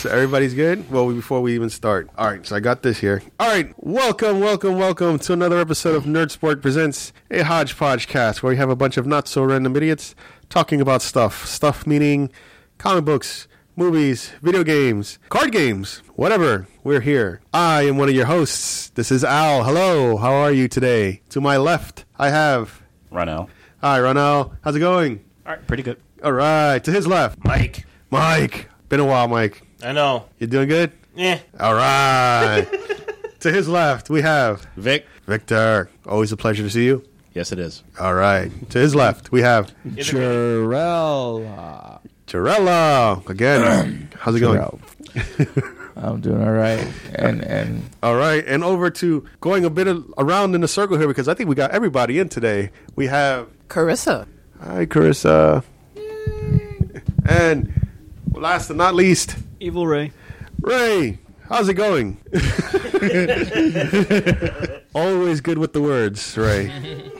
So everybody's good? Well, we- before we even start. All right, so I got this here. All right, welcome, welcome, welcome to another episode of Nerd Sport Presents, a hodgepodge cast where we have a bunch of not so random idiots talking about stuff. Stuff meaning comic books, movies, video games, card games, whatever. We're here. I am one of your hosts. This is Al. Hello, how are you today? To my left, I have. Run out. Hi, Ronell. How's it going? All right, pretty good. All right, to his left, Mike. Mike. Been a while, Mike. I know. Eh. You doing good? Yeah. All right. to his left, we have Vic. Victor. Always a pleasure to see you. Yes, it is. All right. To his left, we have Jarell. Jarella. Again, how's it going? I'm doing all right. And and All right. And over to going a bit of, around in a circle here because I think we got everybody in today. We have, Carissa. hi, Carissa. And last but not least, Evil Ray. Ray. How's it going? Always good with the words, Ray.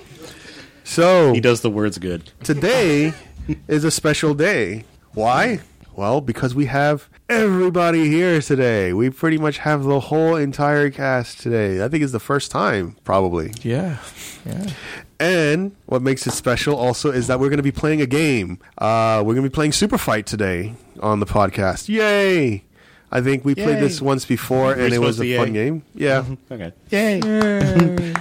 So He does the words good. today is a special day. Why? Well, because we have everybody here today. We pretty much have the whole entire cast today. I think it's the first time, probably. yeah, yeah. And what makes it special also is that we're going to be playing a game. Uh, we're going to be playing Super Fight today on the podcast. Yay! I think we played this once before, and it was supposed to a fun yay. game. Yeah. Okay.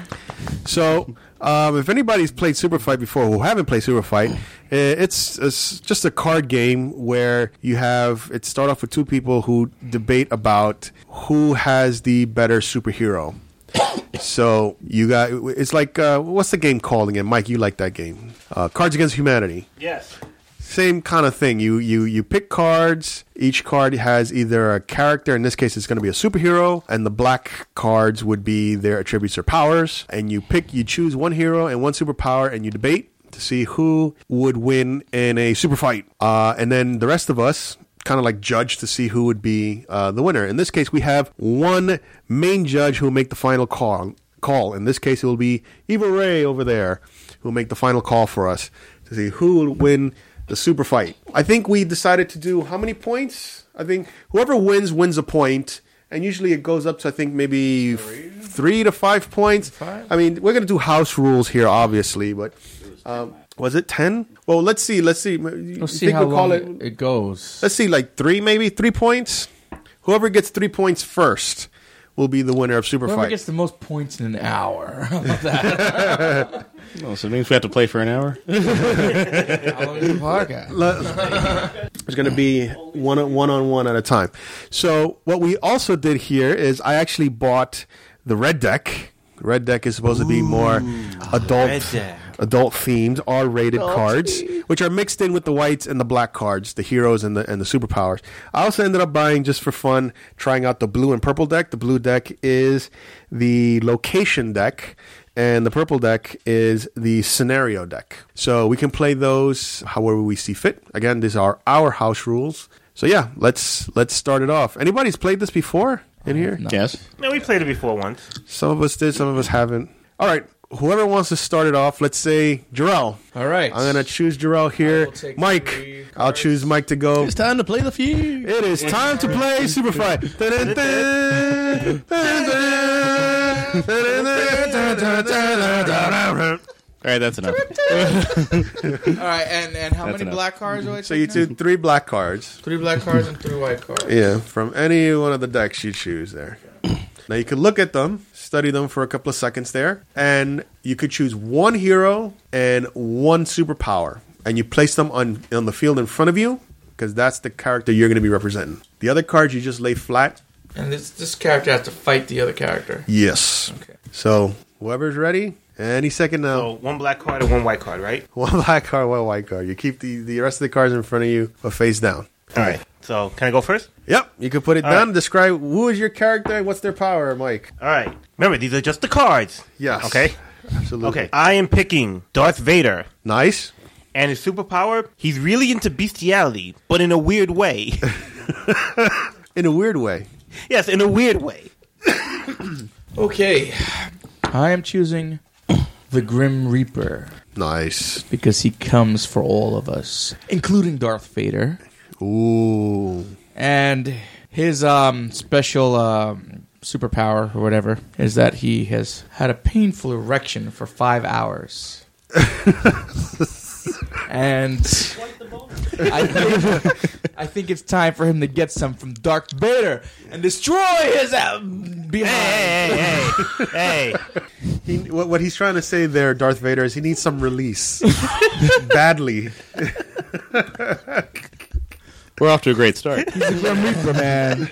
So, um, if anybody's played Super Fight before who haven't played Super Fight, eh, it's, it's just a card game where you have it start off with two people who debate about who has the better superhero. so you got it's like uh, what's the game called again, Mike? You like that game? Uh, Cards Against Humanity Yes. same kind of thing. You you you pick cards. Each card has either a character. In this case, it's going to be a superhero, and the black cards would be their attributes or powers. And you pick, you choose one hero and one superpower, and you debate to see who would win in a super fight. Uh, and then the rest of us kind of like judge to see who would be uh, the winner. In this case, we have one main judge who will make the final call. Call in this case, it will be Evil Ray over there who will make the final call for us to see who will win the super fight. I think we decided to do how many points? I think whoever wins wins a point, and usually it goes up to I think maybe f- three, to five points. I mean, we're gonna do house rules here, obviously, but um, was it ten? Well, let's see. Let's see. We'll see how long it, goes. Let's see, like three, maybe three points. Whoever gets three points first will be the winner of super Whoever fight. gets the most points in an hour. Oh, so it means we have to play for an hour? how long is the podcast? It's going to be one one on one at a time. So what we also did here is I actually bought the red deck. Red deck is supposed to be more adult, adult themed, R rated cards, which are mixed in with the whites and the black cards, the heroes and the and the superpowers. I also ended up buying just for fun, trying out the blue and purple deck. The blue deck is the location deck, and the purple deck is the scenario deck. So we can play those however we see fit. Again, these are our house rules. So yeah, let's let's start it off. Anybody's played this before in here? Yes. No, we played it before once. Some of us did, some of us haven't. All right, whoever wants to start it off, let's say Jarrell. All right. I'm gonna choose Jarrell here. will take Mike, three I'll choose Mike to go. time to play the feud. It is time to play Superfly. Dun, dun, dun, dun, dun, dun, dun, dun, dun, dun, dun. All right, that's enough. All right. And and how many enough. black cards do I take? So you now? do three black cards. three black cards and three white cards. Yeah, from any one of the decks you choose there. Now you could look at them, study them for a couple of seconds there, and you could choose one hero and one superpower, and you place them on on the field in front of you because that's the character you're going to be representing. The other cards you just lay flat. And this this character has to fight the other character. Yes. Oh. Okay. So whoever's ready, any second now. So one black card and one white card, right? One black card, one white card. You keep the, the rest of the cards in front of you, but face down. All right. So can I go first? Yep, you can put it All down. Describe who is your character and what's their power, Mike. All right. Remember, these are just the cards. Yes. Okay. Absolutely. Okay. I am picking Darth Vader. Nice. And his superpower, he's really into bestiality, but in a weird way. In a weird way. yes, in a weird way. Okay. I am choosing the Grim Reaper Nice. because he comes for all of us, including Darth Vader. Ooh. And his um, special um, superpower or whatever is that he has had a painful erection for five hours. and I think, I think it's time for him to get some from Darth Vader and destroy his uh, behind. hey, hey, hey. He, what, what he's trying to say there, Darth Vader, is he needs some release badly. We're off to a great start. He's a Grim Reaper, man.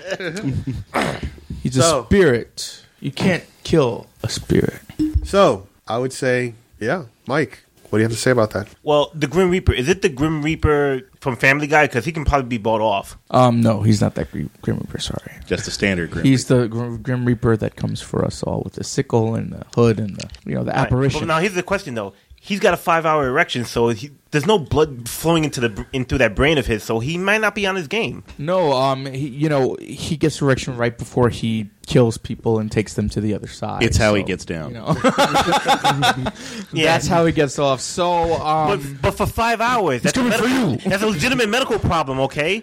He's a So- spirit. You can't kill a spirit. So I would say, yeah, Mike. What do you have to say about that? Well, the Grim Reaper. Is it the Grim Reaper from Family Guy? Because he can probably be bought off. Um, no, he's not that Grim Grim Reaper. Sorry. Just a standard group. He's the gr- Grim Reaper that comes for us all with the sickle and the hood and the you know the apparition. But now here's the question though. He's got a five-hour erection, so he, there's no blood flowing into the into that brain of his, so he might not be on his game. No, um, he, you know he gets erection right before he kills people and takes them to the other side. It's how he gets down. You know, Yeah. that's how he gets off. So, But, um, but for five hours, that's, coming a for you. that's a legitimate medical problem. Okay,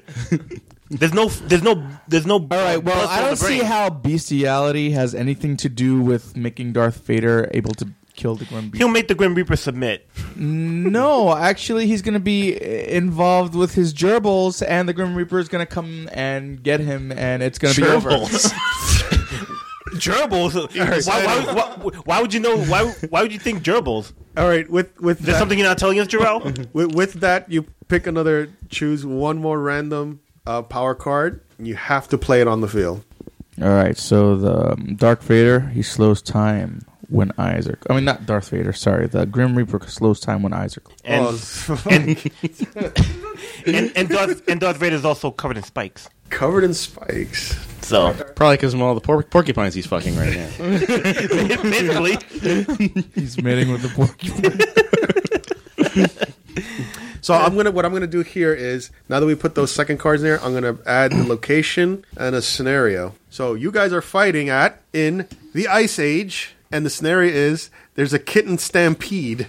there's no, there's no, there's no. all right. Well, I don't see how bestiality has anything to do with making Darth Vader able to kill the Grim Reaper. he'll make the Grim Reaper submit. no, actually, he's going to be involved with his gerbils, and the Grim Reaper is going to come and get him, and it's going to be over. Gerbils. Why, why, why, why would you know? Why, why would you think gerbils? All right, with with There's that, something you're not telling us, Jarrell. with, with that, you pick another, choose one more random uh, power card. And you have to play it on the field. All right, so the um, Dark Vader he slows time when eyes are. I mean, not Darth Vader. Sorry, the Grim Reaper slows time when eyes are. closed. And, oh, and and Darth and Darth Vader's also covered in spikes. covered in spikes. So Probably because of all the por- porcupines he's fucking right now. basically, He's mating with the porcupine. So I'm gonna what I'm gonna do here is now that we put those second cards in there, I'm gonna add the location and a scenario. So you guys are fighting at in the Ice Age, and the scenario is there's a kitten stampede.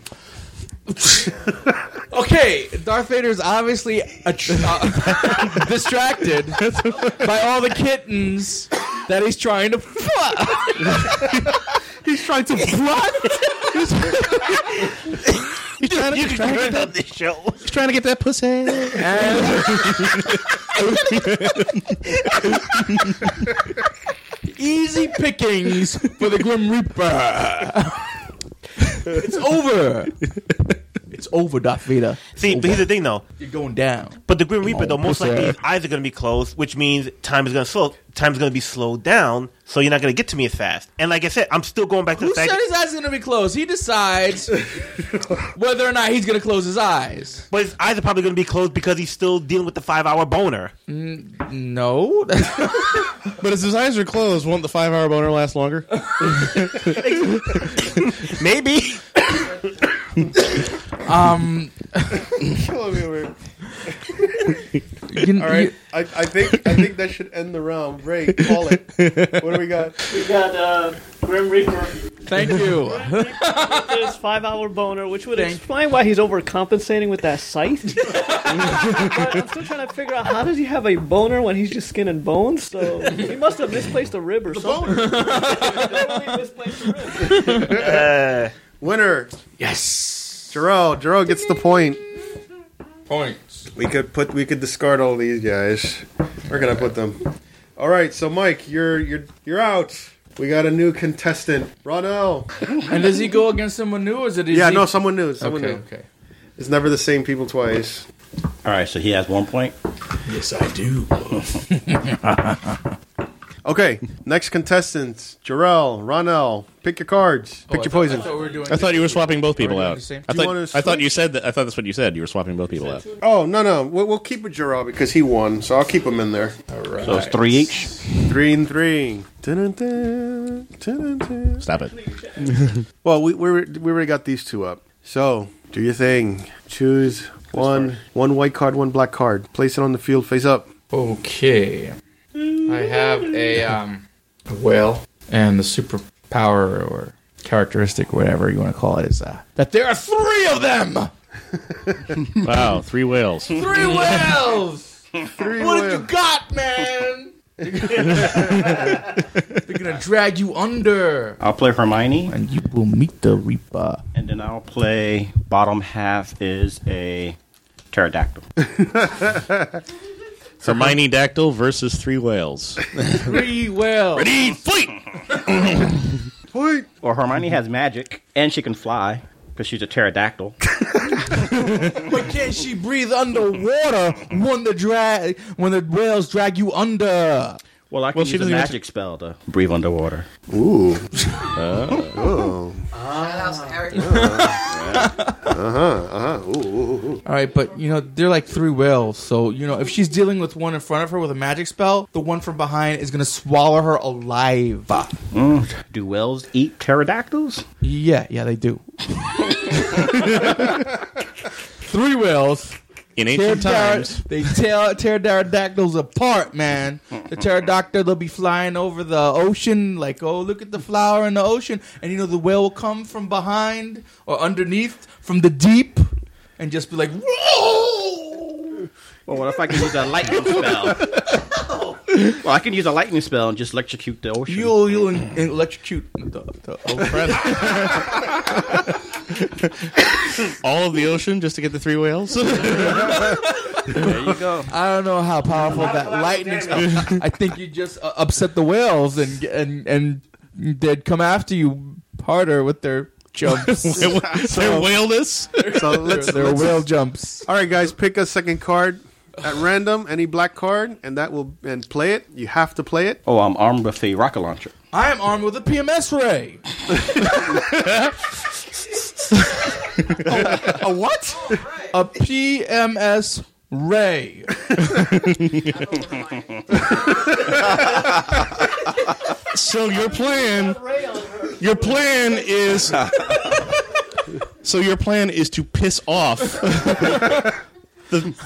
okay, Darth Vader is obviously attr- uh, distracted by all the kittens that he's trying to fuck. He's trying to He's trying you to, can hear about this show. he's trying to get that pussy. And Easy pickings for the Grim Reaper. it's over. It's over, Darth Vader. See, but here's the thing though. You're going down. But the Grim Reaper, though, most pussy. likely his eyes are going to be closed, which means time is going to slow. Time's going to be slowed down, so you're not going to get to me as fast. And like I said, I'm still going back to Who the fact. said that- his eyes are gonna be closed? He decides whether or not he's gonna close his eyes. but his eyes are probably going to be closed because he's still dealing with the five-hour boner. No, but as his eyes are closed, won't the five hour boner last longer? Maybe. Um, kill me. You- All right, you- I, I think I think that should end the round. Ray, call it. What do we got? We got uh, Grim Reaper. thank you. His five-hour boner, which would Thank- explain why he's overcompensating with that scythe. but I'm still trying to figure out how does he have a boner when he's just skin and bones? So he must have misplaced a rib or something. Definitely misplaced a rib. Winner, Yes. Jarrell. Jarrell gets the point. Points. We could put we could discard all these guys. We're gonna put them. All right, so Mike, you're you're you're out. We got a new contestant, Ronell. And does he go against someone new, or is it? is Yeah, he- no, someone new. Someone okay, new. okay. It's never the same people twice. All right, so he has one point. yes, I do. Okay, next contestants: Jarrell, Ronell. Pick your cards. Pick your poison. Oh, I thought we were doing. I thought you were swapping both people Are we doing out. the same? I Do you thought, wanna I thought you switch? said that. I thought that's what you said. You were swapping both people out. Oh no no, we'll, we'll keep with Jarrell because he won, so I'll keep him in there. So it's three each. Three and three. Dun-dun-dun, dun-dun-dun. Stop it. Well, we we were- we already got these two up. So do your thing. Choose one one white card, one black card. Place it on the field face up. Okay. I have a um a whale and the superpower or characteristic, whatever you want to call it, is uh, that there are three of them. Wow, three whales. Three whales. Three what have whales. you got, man? They're gonna drag you under, I'll play Hermione, and you will meet the Reaper. and then I'll play bottom half is a pterodactyl. Hermione Dactyl versus three whales. Three whales. Ready, fight! Or Hermione has magic, and she can fly because she's a pterodactyl. But can't she breathe underwater when the drag when the whales drag you under? Well, I can Well, she use a doesn't even- magic spell to breathe underwater. Ooh. All right, but you know they're like three whales, so you know if she's dealing with one in front of her with a magic spell, the one from behind is gonna swallow her alive. Do whales eat pterodactyls? Yeah, yeah, they do. three whales. In Tear ancient dar- times, they tear tear pterodactyls apart, man. The pterodactyl will be flying over the ocean, like, oh, look at the flower in the ocean, and you know the whale will come from behind or underneath from the deep, and just be like, whoa. Well, what if I can use a lightning spell? well, I can use a lightning spell and just electrocute the ocean. You'll you'll en- electrocute the, the ocean. all of the ocean just to get the three whales. there you go. I don't know how powerful that lightning. spell- I think you just uh, upset the whales and and and they'd come after you harder with their jumps. They're whaleless. So let's. their whale jumps. All right, guys, pick a second card at random, any black card, and that will and play it. You have to play it. Oh, I'm armed with a rocket launcher. I am armed with a PMS ray. A what? A PMS ray. So your plan, your plan is, so your plan is to piss off the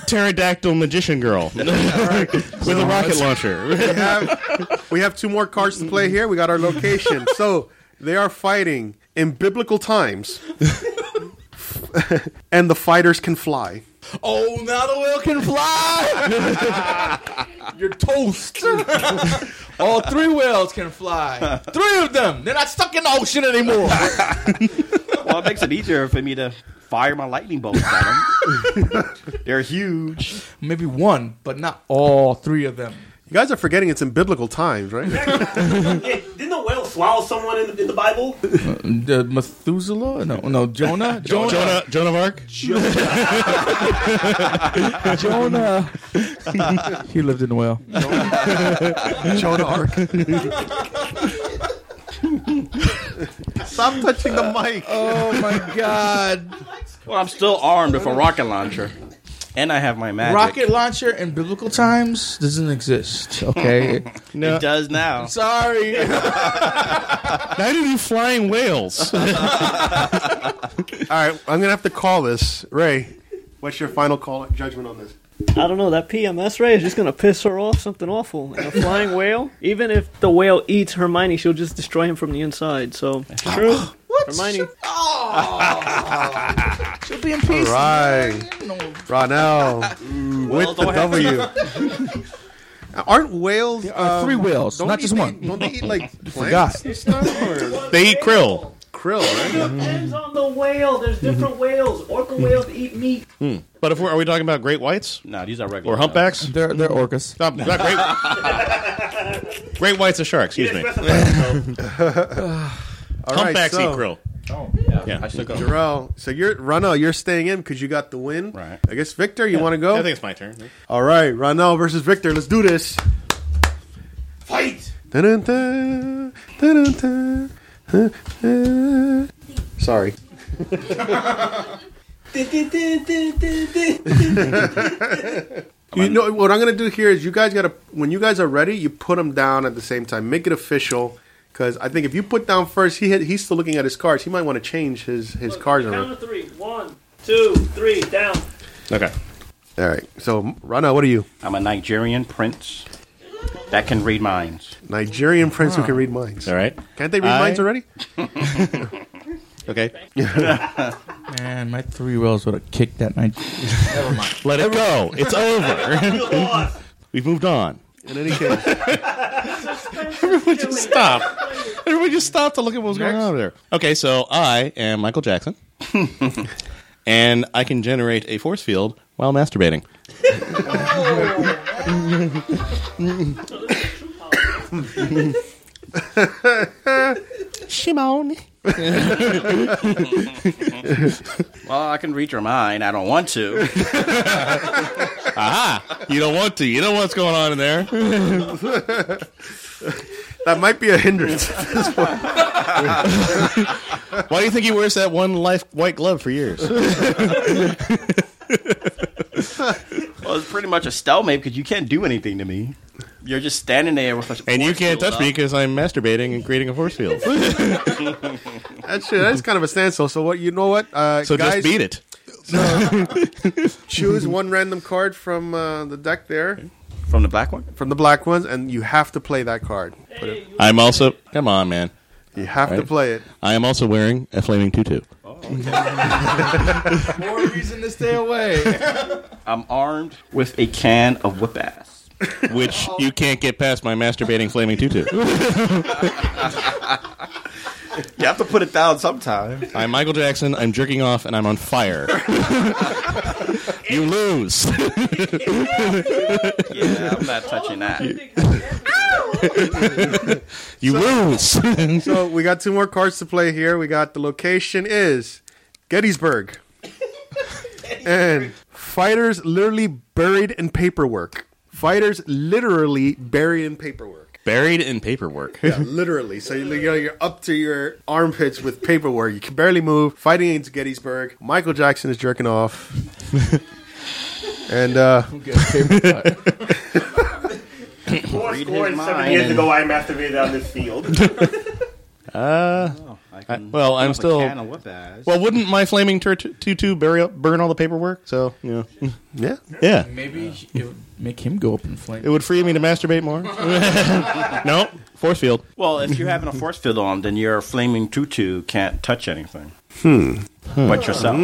pterodactyl magician girl with a rocket launcher. We have, we have two more cards to play here. We got our location. So they are fighting in biblical times, and the fighters can fly. Oh, now the whale can fly. You're toast. All three whales can fly. Three of them. They're not stuck in the ocean anymore. Well, it makes it easier for me to fire my lightning bolts at them. They're huge. Maybe one, but not all three of them. You guys are forgetting it's in biblical times, right? Didn't the whale swallow someone in the, in the Bible? The Methuselah? No, no, Jonah. Jonah. Jonah, Joan of Arc. Jonah. he lived in the whale. Jonah Ark. Stop touching the mic. Oh my God. Well, I'm still armed with a rocket launcher, and I have my magic. Rocket launcher in biblical times doesn't exist. Okay. It does now. Sorry. Neither do flying whales. All right, I'm gonna have to call this. Ray, what's your final call judgment on this? I don't know. That PMS ray is just gonna piss her off. Something awful. And a flying whale. Even if the whale eats Hermione, she'll just destroy him from the inside. So true. what? Hermione. She'll be in peace. Right, right now with the W. Aren't whales Uh, um, three whales, don't not they just eat- one. Don't they eat like plants and stuff or they eat krill. krill? Right? Depends on the whale. There's different whales. Orca whales eat meat. But if we're, are we talking about great whites No, these are regular. or humpbacks? They're they're orcas. No, not great. Great whites of shark. Excuse me. All right, Humpbacks so, eat krill. I still go. Jarrell, so you're Ronell. You're staying in because you got the win. Right. I guess Victor, you want to go? I think it's my turn. All right, Ronell versus Victor. Let's do this. Fight! Dun-dun-dun, dun-dun-dun, dun-dun. Sorry. You know what I'm gonna do here is you guys gotta when you guys are ready, you put them down at the same time. Make it official, because I think if you put down first, he had, he's still looking at his cards. He might want to change his his cards Count around. of three. One, two, three. Down. Okay. All right. So Rana, what are you? I'm a Nigerian prince. that can read minds. Nigerian friends who can read minds. Ah. All right. Can't they read I- minds already? Okay. Man, my three year olds would have kicked that night. Let it go. It's over. We've moved on. In any case, Everyone just stop. Everyone just stop to look at what was going on over there. Okay, so I am Michael Jackson, and I can generate a force field while masturbating. Shimon. Well, I can read your mind. I don't want to. Aha! You don't want to. You know what's going on in there. that might be a hindrance. Why do you think he wears that one life white glove for years? Well, it's pretty much a stalemate because you can't do anything to me. You're just standing there with a And you force can't field touch up. me because I'm masturbating and creating a force field. That's true. That's kind of a standstill. So what? You know what? Uh, So guys, just beat it. choose one random card from uh, the deck there, from the black one. from the black ones, and you have to play that card. I'm also. Come on, man. You have to Right. play it. I am also wearing a flaming tutu. More reason to stay away. I'm armed with a can of whip ass. which you can't get past my masturbating flaming tutu. You have to put it down sometime. I'm Michael Jackson. I'm jerking off, and I'm on fire. you lose. Yeah, I'm not touching that. You lose. So Oh, we got two more cards to play here. We got the location is Gettysburg, and fighters literally buried in paperwork. Fighters literally buried in paperwork. Buried in paperwork. Yeah, literally. So you know, you're up to your armpits with paperwork. You can barely move. Fighting against Gettysburg. Michael Jackson is jerking off. and uh, Four Read score his and mind seven years and- ago, I masturbated on this field. I I- can well, I'm have mm, a still. can of whip ass. Well, wouldn't my flaming tur- tutu bury, burn all the paperwork? So you know, yeah, yeah, Maybe it would make him go up in flames. it would free me to masturbate more. no, force field. Well, if you're having a force field on, then your flaming tutu can't touch anything. Hmm. But yourself.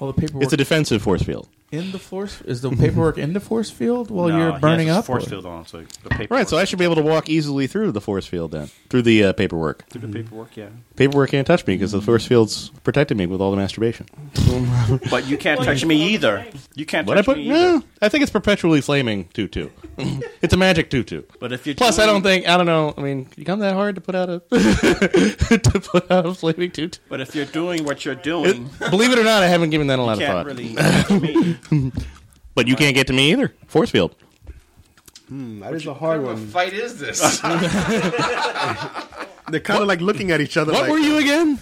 All the paperwork It's a defensive force field. in the force is the paperwork in the force field while No, he you're has burning his up. Force or- field on, so the paperwork. Right, so I should be able to walk easily through the force field then, through the uh, paperwork. do the paperwork, yeah. Paperwork can't touch me because the force field's protecting me with all the masturbation. But you can't touch me either. You can't What I touch put? me either. No, I think it's perpetually flaming tutu. it's a magic tutu. But if you Plus, I don't think I don't know. I mean, you come that hard to put out a to put out a flaming tutu. But if you're doing what you're doing, Believe it or not, I haven't given that a lot you of thought. can't really touch me. But you can't get to me either. Force field. that is a hard one. fight is this? They're kind of like looking at each other. What like, were you again?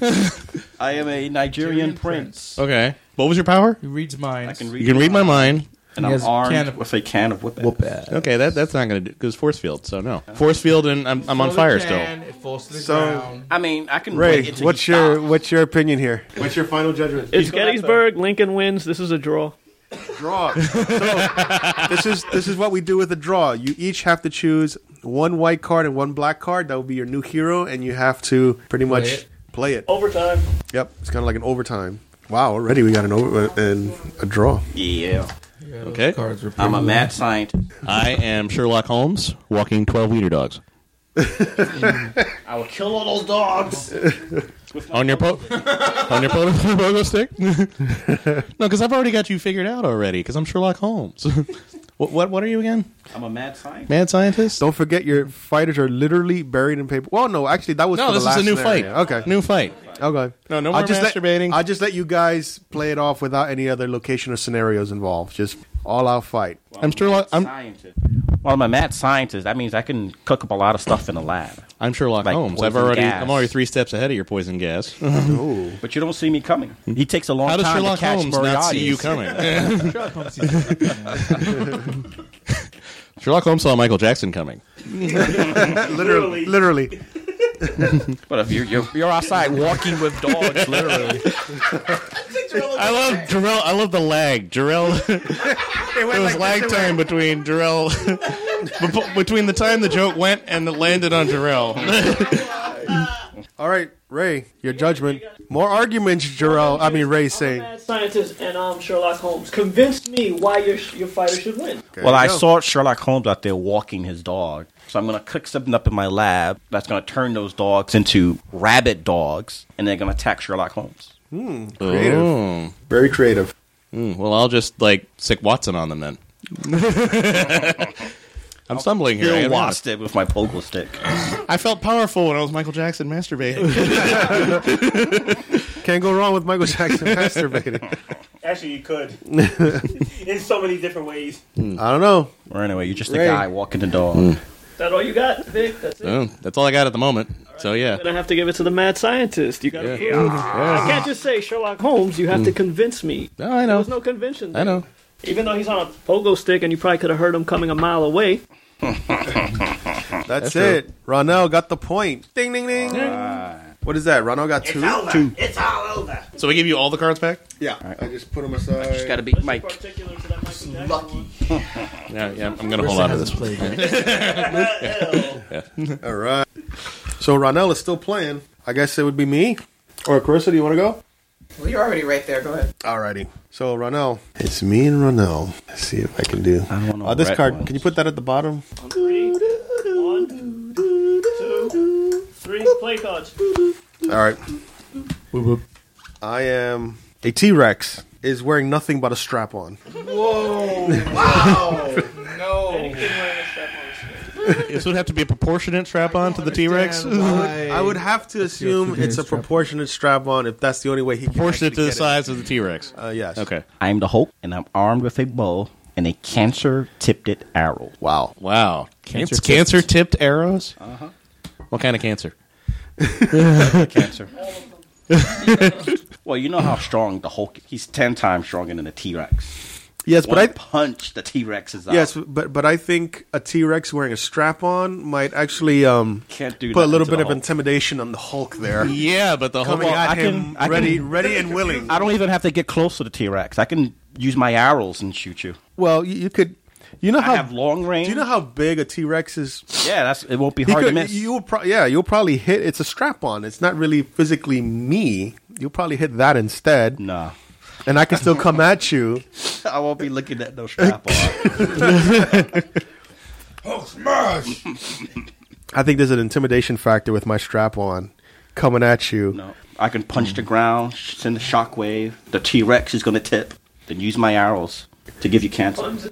I am a Nigerian, prince. okay. What was your power? He reads minds. I can read, You can read my mind. He and I'm has a armed can of- with a can of whip. Whoop ass. Okay, that that's not gonna do because force field. So no, force field, and I'm I'm on fire still. It falls to the So- ground. I mean, I can Ray, wait until what's he your stops. what's your opinion here? What's your final judgment? It's Gettysburg. Lincoln wins. This is a draw. draw. So, this is this is what we do with a draw. You each have to choose one white card and one black card. That will be your new hero, and you have to pretty much it. play it. Overtime. Yep, it's kind of like an overtime. Wow, already we got an over and a draw. Yeah, Okay. Cards were I'm a pretty- mad scientist. I am Sherlock Holmes walking twelve leader dogs. I will kill all those dogs. on your po- on your po- pogo stick? no, because I've already got you figured out already. Because I'm Sherlock Holmes. what, what what are you again? I'm a mad scientist. Mad scientist? Don't forget your fighters are literally buried in paper. Well, no, actually that was no, for the this is a last new scenario. fight. Okay, new fight. okay. No, no more I'll just masturbating. Let, I just let you guys play it off without any other location or scenarios involved. Just all out fight. I'm Sherlock. I'm scientist. Well, I'm a mad scientist. That means I can cook up a lot of stuff in the lab. I'm Sherlock Like Holmes. I've poison already gas. I'm already three steps ahead of your poison gas. How Ooh. But you don't see me coming. He takes a long does time Sherlock to catch Holmes not see Moriarty. you coming? Sherlock Holmes sees it. Sherlock Holmes saw Michael Jackson coming. literally, literally. But if you're, you're, you're outside walking with dogs, literally. I love Jarrell. I love the lag. Jarrell. there was lag time between Jarrell, befo- between the time the joke went and it landed on Jarrell. All right, Ray, your judgment. More arguments, Jarrell. I mean, Ray saying. Mad scientist and um, Sherlock Holmes. Convince me why your your fighter should win. well, you I go. saw Sherlock Holmes out there walking his dog. So I'm going to cook something up in my lab that's going to turn those dogs into rabbit dogs, and they're going to attack Sherlock Holmes. Creative. Oh. Very creative. Mm, well, I'll just like sick Watson on them then. I'm stumbling here. I Bill gotta be honest. watched it with my pogo stick. I felt powerful when I was Michael Jackson masturbating. Can't go wrong with Michael Jackson masturbating. Actually, you could in so many different ways. I don't know. or anyway, you're just Ray. Hmm. a guy walking the dog. That all you got, Vic? That's it. Oh, that's all I got at the moment. So yeah. Then I have to give it to the mad scientist. You got to. Mm-hmm. I can't just say Sherlock Holmes. You have to convince me. No, Mm. I There know. was no convention. I know. Even though he's on a pogo stick, and you probably could have heard him coming a mile away. That's, it. Ronell got the point. Ding, ding, ding. What is that? Ronell got two? Two. So we give you all the cards back. Yeah. I just put them aside. Just got to beat Mike. Particular to that Michael Jackson one. Yeah, yeah. I'm gonna hold on to this. All right. So Ronell is still playing. I guess it would be me. Or Carissa, do you want to go? Well, you're already right there. Go ahead. Alrighty. So Ronell. It's me and Ronell. Let's see if I can do. I don't know Uh, this red card, ones. can you put that at the bottom? One, two, three. Play cards. All right. I am a T Rex is wearing nothing but a strap on. Anything wearing a strap on. This would have to be a proportionate strap on to the T Rex. I would have to assume it's a proportionate strap on if that's the only way he can Proportionate to actually the get size of the T Rex. it. Uh, yes. Okay. I'm the Hulk, and I'm armed with a bow and a cancer tipped it arrow. Wow. Wow. Cancer cancer tipped arrows. Uh huh. Uh-huh. What kind of cancer? Cancer. well, you know how strong the Hulk is. He's 10 times stronger than the T Rex. Yes, One but I punch, the T Rex is out. yes, but but I think a T Rex wearing a strap on might actually um Can't do put a nothing little to bit the of Hulk. intimidation on the Hulk there. Yeah, but the whole Coming at I him can, I ready Can, ready and willing. I don't even have to get close to the T Rex. I can use my arrows and shoot you. Well, you, you could you know I how have long range. do you know how big a T Rex is? Yeah, that's it. Won't be He hard to could- miss. You will pro- yeah, you'll probably hit. It's a strap on. It's not really physically me. You'll probably hit that instead, nah, and I can still come at you. I won't be looking at no strap on. I think there's an intimidation factor with my strap on coming at you. No, I can punch the ground, sh- send a shockwave. The T Rex is gonna tip. Then use my arrows to give you cancer.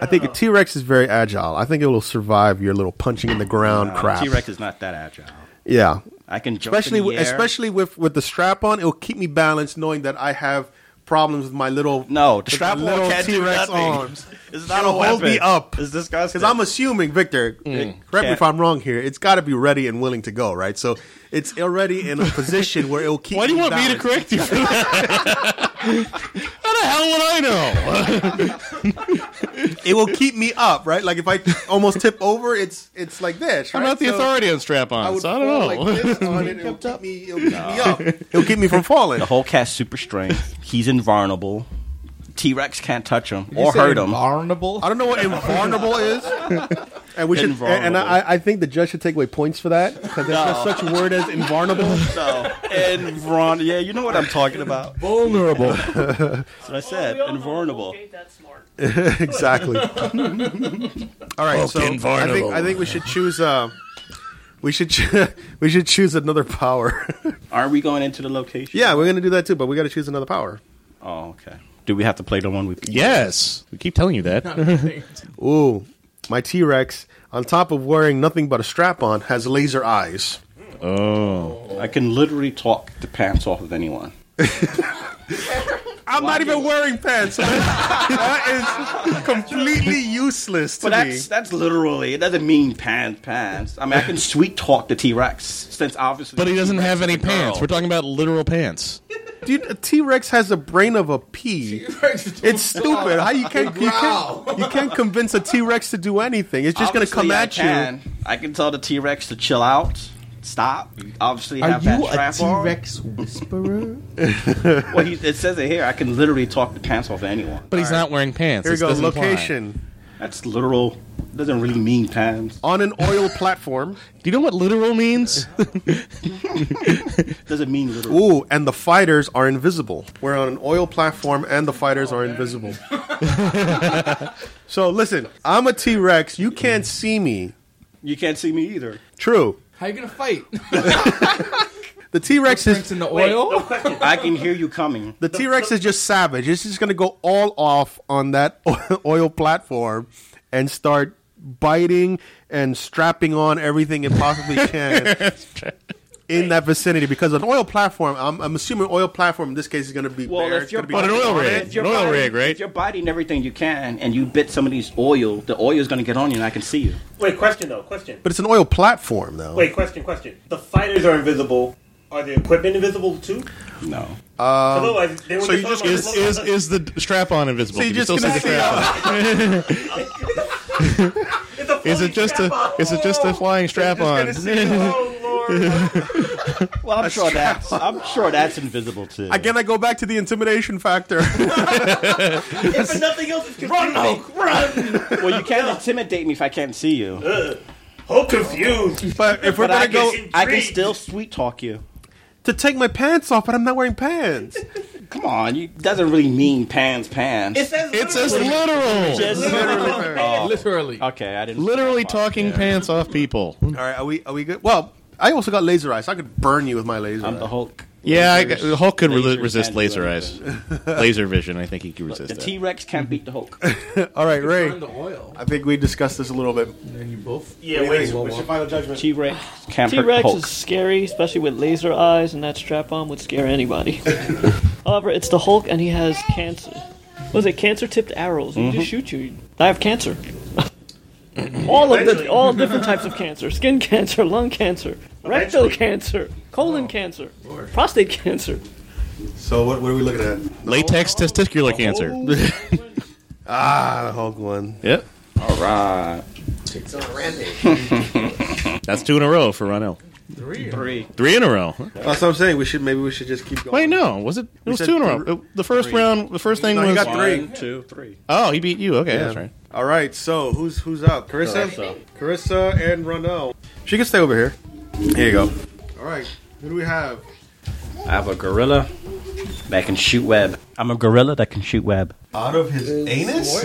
I think a T Rex is very agile. I think it will survive your little punching in the ground crap. T Rex is not that agile. yeah, I can jump especially in the with, air. especially with with the strap on, it'll keep me balanced, knowing that I have problems with my little no with the my strap on little can't do T-Rex nothing. arms. It's not It'll a hold weapon. me up. It's disgusting. Because I'm assuming, Victor, correct me if Yeah. I'm wrong here. It's got to be ready and willing to go, right? So it's already in a position where it will keep. why do you me want me to balanced. correct you for that? How the hell would I know? It will keep me up, right? Like if I almost tip over, it's it's like this. I'm right? not the So authority on strap I, would ons. I, don't fall know. Like this on it, and it'll keep me, it'll keep me up. It'll keep me from falling. The Hulk has super strength. He's invulnerable. T Rex can't touch him You or say hurt him. Vulnerable. I don't know what invulnerable is. And we should, and, and I, I think the judge should take away points for that because there's no. such a word as invulnerable. No, invulnerable. Yeah, you know what I'm talking about. That's Vulnerable. what I said. We all know Invulnerable. Hulk ain't that smart. exactly. All right, so Fucking I think vulnerable. I think we should choose. Uh, we should cho- we should choose another power. Are we going into the location? yeah, we're gonna do that too, but we got to choose another power. Oh, okay. Do we have to play the one we? yes, we keep telling you that. Ooh, my T Rex, on top of wearing nothing but a strap on, has laser eyes. oh, I can literally talk the pants off of anyone. I'm not even wearing pants. that is completely useless to But me. that's that's literally. It doesn't mean pants, pants. I mean, I can sweet talk the T Rex since obviously. but he doesn't T-Rex have is any a girl. pants. We're talking about literal pants. Dude, a T Rex has a brain of a pea. It's stupid. How you can't you can't, you can't convince a T Rex to do anything. It's just Obviously, gonna come I at you. can. I can tell the T Rex to chill out. stop. You obviously Are have that you a strap T Rex whisperer? on. Well, he, it says it here. I can literally talk the pants off of anyone. But he's not wearing pants. Here we This go. doesn't apply. Location That's literal. Doesn't really mean pants. on an oil platform. Do you know what literal means? Doesn't mean literal. Ooh, and the fighters are invisible. We're on an oil platform, and the fighters are invisible. so listen, I'm a T Rex. You can't see me. You can't see me either. True. How you gonna fight? The T Rex Prince is in the oil? I can hear you coming. the T Rex is just savage. It's just gonna go all off on that oil platform and start biting and strapping on everything it possibly can. In that vicinity, because an oil platform, I'm, I'm assuming oil platform in this case is going to be Well, bare, if it's you're gonna be- biting- But an oil rig. if you're An oil biting- rig, right? If you're biting everything you can, and you bit somebody's oil, the oil is going to get on you, and I can see you. Wait, question though, question. but it's an oil platform though. Wait, question, question. The fighters are invisible. Are the equipment invisible too? No, Um, Otherwise, they would so you be just- talking is, about- is is the strap on invisible? So Can you're you just still gonna see see the strap It's a on? Is fully it just a strap-on. is it just a flying strap on? Oh lord! well, I'm sure that's I'm sure that's invisible too. Again, I go back to the intimidation factor. if nothing else is confusing, run! well, you can't intimidate me if I can't see you, Whole confused. but if we're but I gonna can, go I can still sweet talk you. to take my pants off, but I'm not wearing pants. Come on, you doesn't really mean pans pants. It says It says literal. Oh, Literally. okay, I didn't Literally talking pants off people. All right, are we are we good? Well, I also got laser eyes. I could burn you with my laser. I'm the eye. Hulk. Yeah, I, Hulk could re- Lasers resist can do laser eyes, anything. laser vision. I think he could resist The that. Mm-hmm. T Rex can't beat the Hulk. All right, Turn Ray. the oil. I think we discussed this a little bit. And then you both. Yeah, wait. What's your final judgment? T Rex can't T hurt Rex Hulk. is scary, especially with laser eyes, and that strap on would scare anybody. However, it's the Hulk, and he has cancer. What is it? Cancer tipped arrows. He Mm-hmm. just shoot you. You die of cancer. all of the all different types of cancer: skin cancer, lung cancer, rectal Eventually. cancer, colon cancer, prostate cancer. So what, what are we looking at? Latex testicular cancer. Ah, the Hulk one. yep, All right, It's on a rampage. that's two in a row for Ronell. three. Three in a row. That's what I'm saying. We should maybe we should just keep going. Wait, no, was it? It was said two in a thr- row. Uh, The first round, the first thing No, he was. got Three. One, two, three. oh, he beat you. Okay, Yeah. that's right. All right. So who's who's up? Carissa, Carissa, and Ronell. She can stay over here. Here you go. All right. Who do we have? I have a gorilla that can shoot web. I'm a gorilla that can shoot web. Out of his anus.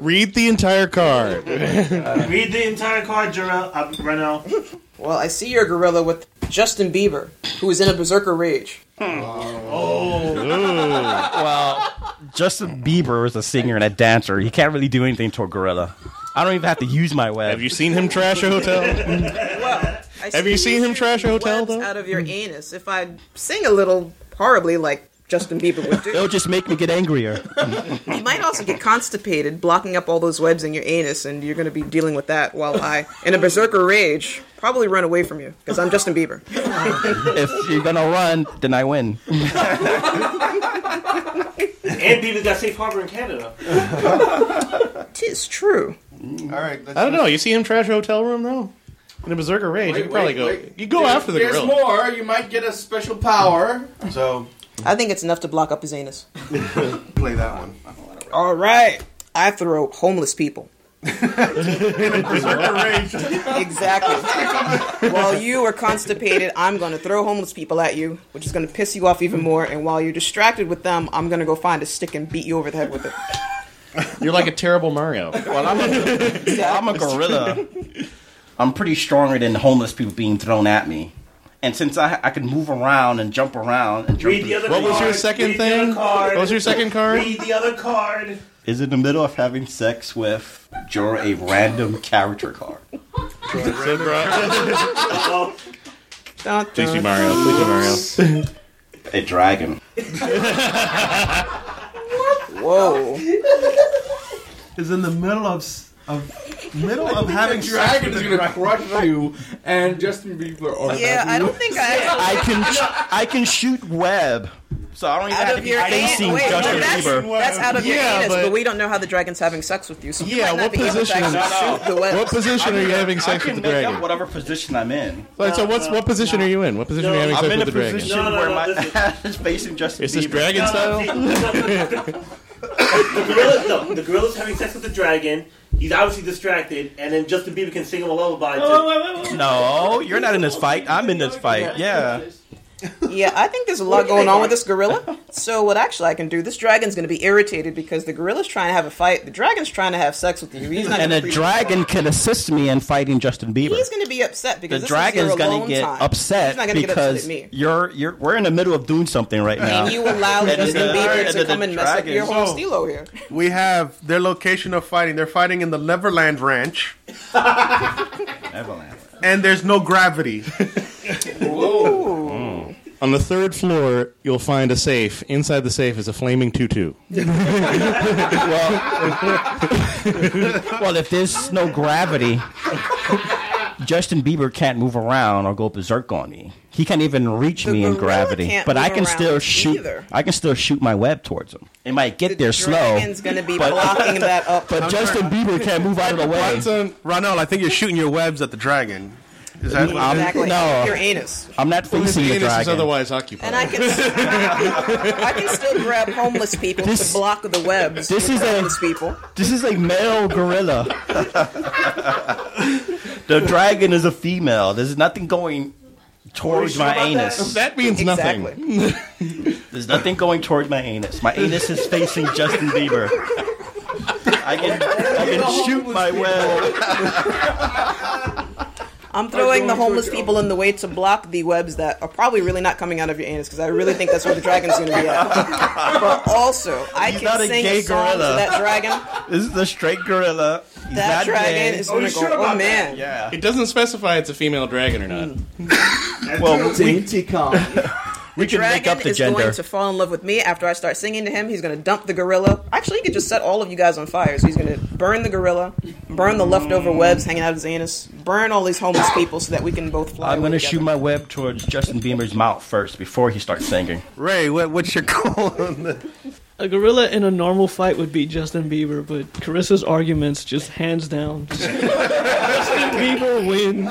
Read the entire card. Read the entire card, Jarrell. Uh, Renell. Well, I see your gorilla with Justin Bieber, who is in a berserker rage. Justin Bieber is a singer and a dancer. He can't really do anything to a gorilla. I don't even have to use my web. Have you seen him trash a hotel? Well, I Have you seen him trash a hotel, webs though? Hmm. Out of your anus. If I sing a little horribly, like Justin Bieber would do, It'll just make me get angrier. you might also get constipated, blocking up all those webs in your anus, and you're going to be dealing with that. While I, in a berserker rage, probably run away from you because I'm Justin Bieber. if you're gonna run, then I win. And Beavis got safe harbor in Canada. Tis true. All right. Let's I don't know. You see him trash a hotel room though. In a berserker rage, you could probably go. You go after the There's gorilla. more. You might get a special power. So I think it's enough to block up his anus. play that one. All right. I throw homeless people. exactly. while you are constipated, I'm going to throw homeless people at you, which is going to piss you off even more. And while you're distracted with them, I'm going to go find a stick and beat you over the head with it. You're like a terrible Mario. Well, I'm a, I'm a gorilla. I'm pretty stronger than homeless people being thrown at me. And since I, I can move around and jump around and jump, Read the other What card. was your second Read The thing? Oh, other card. What was your second card? Read the other card. is in the middle of having sex with draw a random character card. Dun, Please be dun. Mario. Please be Mario. A dragon. Whoa. Is in the middle of s- of middle of having Dragon is gonna crush you, Oh, and Justin Bieber. Or Yeah, I don't think I. I can sh- I can shoot web So I don't even Out have of to your be anus. facing Wait, no, Justin that's, Bieber. that's out of Yeah, your anus, but, but- we don't know how the dragon's having sex with you. So you Yeah, might not what be able to position- actually No, no. shoot the weapon. What position are you having I sex can with the make up dragon? whatever position I'm in. Like, so what's what position are you in? What position No, are you having I'm sex I'm in with a the dragon? position No, no, where no, my listen. ass is facing Justin Is Bieber. this dragon style? the gorilla, no, the gorilla's having sex with the dragon. He's obviously distracted, and then Justin Bieber can sing him a lullaby. Oh. to- No, you're not in this fight. I'm in this fight. Yeah. Yeah, I think there's a lot going on with this gorilla. So what actually I can do? This dragon's going to be irritated because the gorilla's trying to have a fight. The dragon's trying to have sex with you. He's not And gonna a free- dragon can assist me in fighting Justin Bieber. He's going to be upset The because this dragon's is your gonna alone get time. He's upset not gonna get upset because at me. you're you're we're in the middle of doing something right now. And you allow And Justin the- Bieber and to the come and mess up your dragon- whole stilo here. We have their location of fighting. They're fighting in the Leverland Ranch, Avalanche. and there's no gravity. On the third floor, you'll find a safe. Inside the safe is a flaming tutu. Well, if there's no gravity, Justin Bieber can't move around or go berserk on me. He can't even reach The me in gorilla gravity, can't but I move can around still shoot. either. I can still shoot my web towards him. It might get there the slow, dragon's going to be but- blocking that up. but Justin Bieber can't move out of the way. Ronald, I think you're shooting your webs at the dragon. Is that what it is? exactly. no. Your anus. I'm not His facing the anus is dragon. otherwise occupied. And I can, I can still grab homeless people This- to block the webs. this with is a- homeless people. This is a male gorilla. the dragon is a female. There's nothing going towards my anus. that means nothing. Exactly. There's nothing going toward my anus. My anus is facing Justin Bieber. I can, I can shoot my web. I'm throwing the homeless people in the way to block the webs that are probably really not coming out of your anus because I really think that's where the dragon's going to be at. But also, I He's can not a sing gay a song to gorilla. that dragon. This is a straight gorilla. He's That not dragon gay. is going to go. Oh man, Yeah. It doesn't specify it's a female dragon or not. Well, we, we can make dragon up the is going gender. to fall in love with me after I start singing to him. He's going to dump the gorilla. Actually, he could just set all of you guys on fire. So he's going to burn the gorilla, burn the leftover webs hanging out of his anus, burn all these homeless people so that we can both fly. I'm going to shoot my web towards Justin Bieber's mouth first before he starts singing. Ray, what, what's your goal? On the, A gorilla in a normal fight would beat Justin Bieber, but Carissa's arguments just hands down. Justin Bieber wins.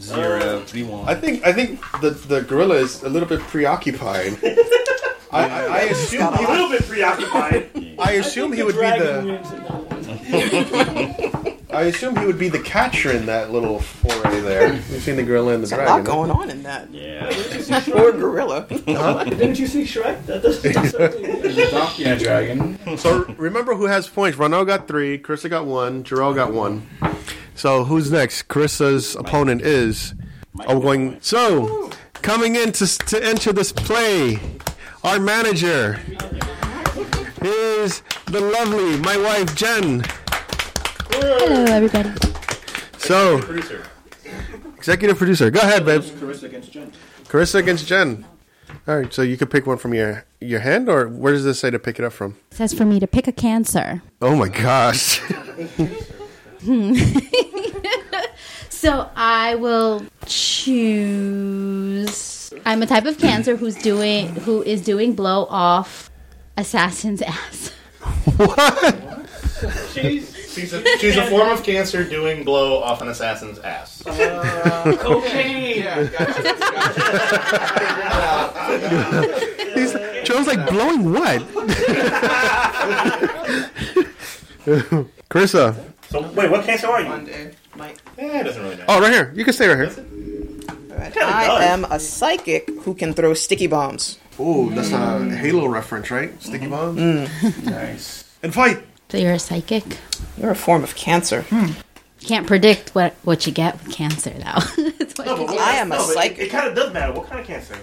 Zero. We won. I think I think the the gorilla is a little bit preoccupied. I, I, I assume A little bit preoccupied. I assume he would be Dragon the wins. I assume he would be the catcher in that little foray there. We've seen the gorilla and the A lot dragon. going on in that. Yeah. Poor gorilla. Didn't you see Shrek? That doesn't sound so Yeah, dragon. So remember who has points. Ronald got three, Carissa got one, Jarrell got one. So who's next? Carissa's opponent is. Oh, we're going. So coming in to, to enter this play, our manager is the lovely my wife Jen. Hello, everybody. So executive producer, go ahead, babe. Carissa against Jen. All right, so you could pick one from your your hand, or where does this say to pick it up from? It says for me to pick a cancer. Oh my gosh. So I will choose. I'm a type of cancer who's doing who is doing blow off assassin's ass. She's a, she's a form of cancer doing blow off an assassin's ass. He's, Joe's like blowing what? Carissa. So wait, what cancer are you? Eh, Monday, Mike. Yeah, it doesn't really matter. Oh, right here. You can stay right here. Alright, I am a psychic who can throw sticky bombs. Oh, that's a Halo reference, right? Sticky bombs. nice. And fight. So you're a psychic. You're a form of cancer. You can't predict what what you get with cancer though. It's what you- I am a It psychic. kind of does matter. What kind of cancer?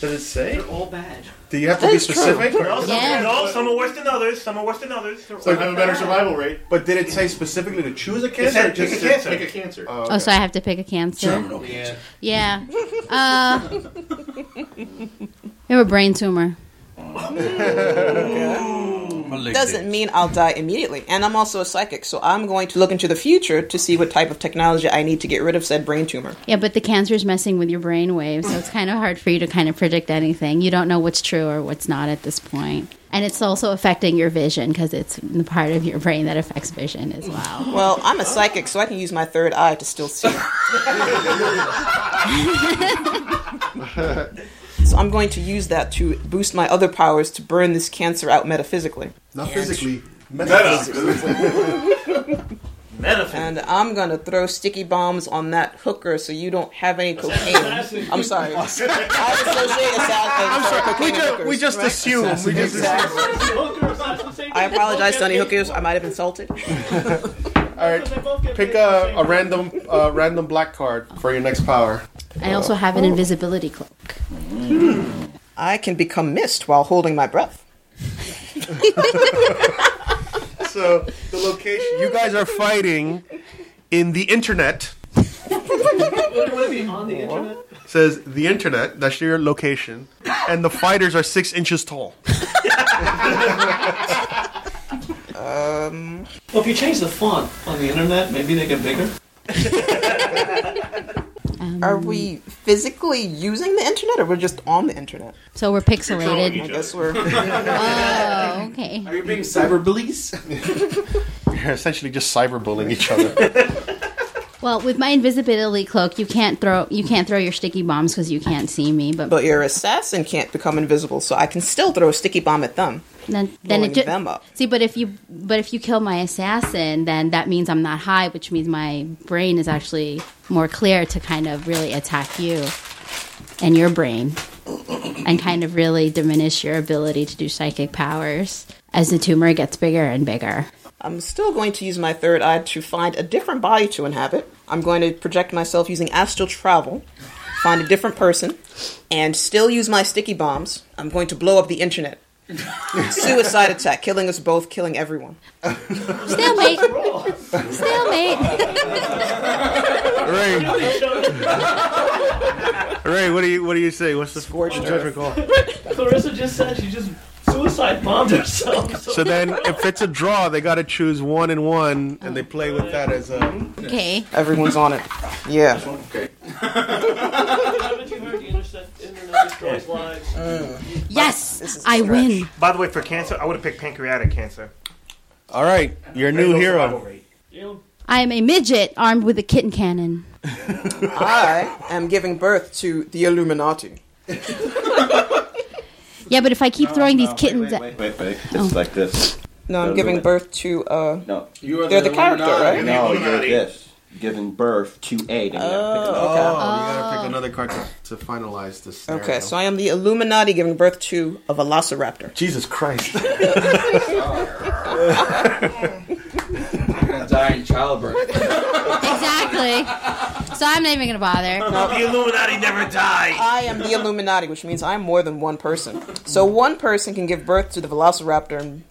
Does it say? all bad. Do you have to be That's true. specific? Or? yeah. No, some are worse than others. Some are worse than others. So you have a better survival rate. But did it say specifically to choose a cancer? said pick a cancer. cancer. Oh, so I have to pick a cancer. Yeah. Uh, you have a brain tumor. That doesn't mean I'll die immediately. And I'm also a psychic, so I'm going to look into the future to see what type of technology I need to get rid of said brain tumor. Yeah, but the cancer is messing with your brain waves, so it's kind of hard for you to kind of predict anything. You don't know what's true or what's not at this point. And it's also affecting your vision because it's the part of your brain that affects vision as well. Well, I'm a psychic, so I can use my third eye to still see. so I'm going to use that to boost my other powers to burn this cancer out metaphysically. Not physically. And I'm gonna throw sticky bombs on that hooker so you don't have any cocaine. I'm sorry. I associate I'm sorry. We just, we just assume. We just I apologize to any hookers. I might have insulted. All right. Pick a, a random uh, random black card for your next power. I also have an invisibility cloak. I can become mist while holding my breath. So the location. You guys are fighting in the internet. on the internet? Says the internet. That's your location, and the fighters are six inches tall. Um, Well, if you change the font on the internet, maybe they get bigger. Are we physically using the internet, or we're just on the internet? So we're pixelated. I guess we're. oh, okay. Are you being cyberbullies? You're essentially just cyberbullying each other. Well, with my invisibility cloak, you can't throw you can't throw your sticky bombs because you can't see me. But, But your assassin can't become invisible, so I can still throw a sticky bomb at them. then then blowing it just them up. see. But if you but if you kill my assassin, then that means I'm not high, which means my brain is actually more clear to kind of really attack you and your brain, and kind of really diminish your ability to do psychic powers as the tumor gets bigger and bigger. I'm still going to use my third eye to find a different body to inhabit. I'm going to project myself using astral travel, find a different person, and still use my sticky bombs. I'm going to blow up the internet. Suicide attack, killing us both, killing everyone. Stalemate. Stalemate. Ray, Ray, what do you what do you say? What's the scorched judgment call? Clarissa just said she just suicide bombed herself. So So then, if it's a draw, they got to choose one and one, and they play with that as a. Okay. Everyone's on it. Yeah. haven't you heard the internet, internet destroys lives? Uh, This Yes, is a I stretch. win. By the way, for cancer, I would have picked pancreatic cancer. All right, your new hero. You know, I am a midget armed with a kitten cannon. I am giving birth to the Illuminati. Yeah, but if I keep throwing these kittens, at- Wait, wait, wait. It's like this. No, I'm The giving Illumi- birth to uh, No, You are They're the character, Illuminati. right? no, you're Illuminati. this. Giving birth to A. Then you gotta pick another Oh, card. you gotta pick another card to, to finalize this. Scenario. Okay, so I am the Illuminati giving birth to a velociraptor. Jesus Christ. You're gonna die in childbirth. exactly. So I'm not even gonna bother. The Illuminati never die. I am the Illuminati, which means I'm more than one person. So one person can give birth to the velociraptor and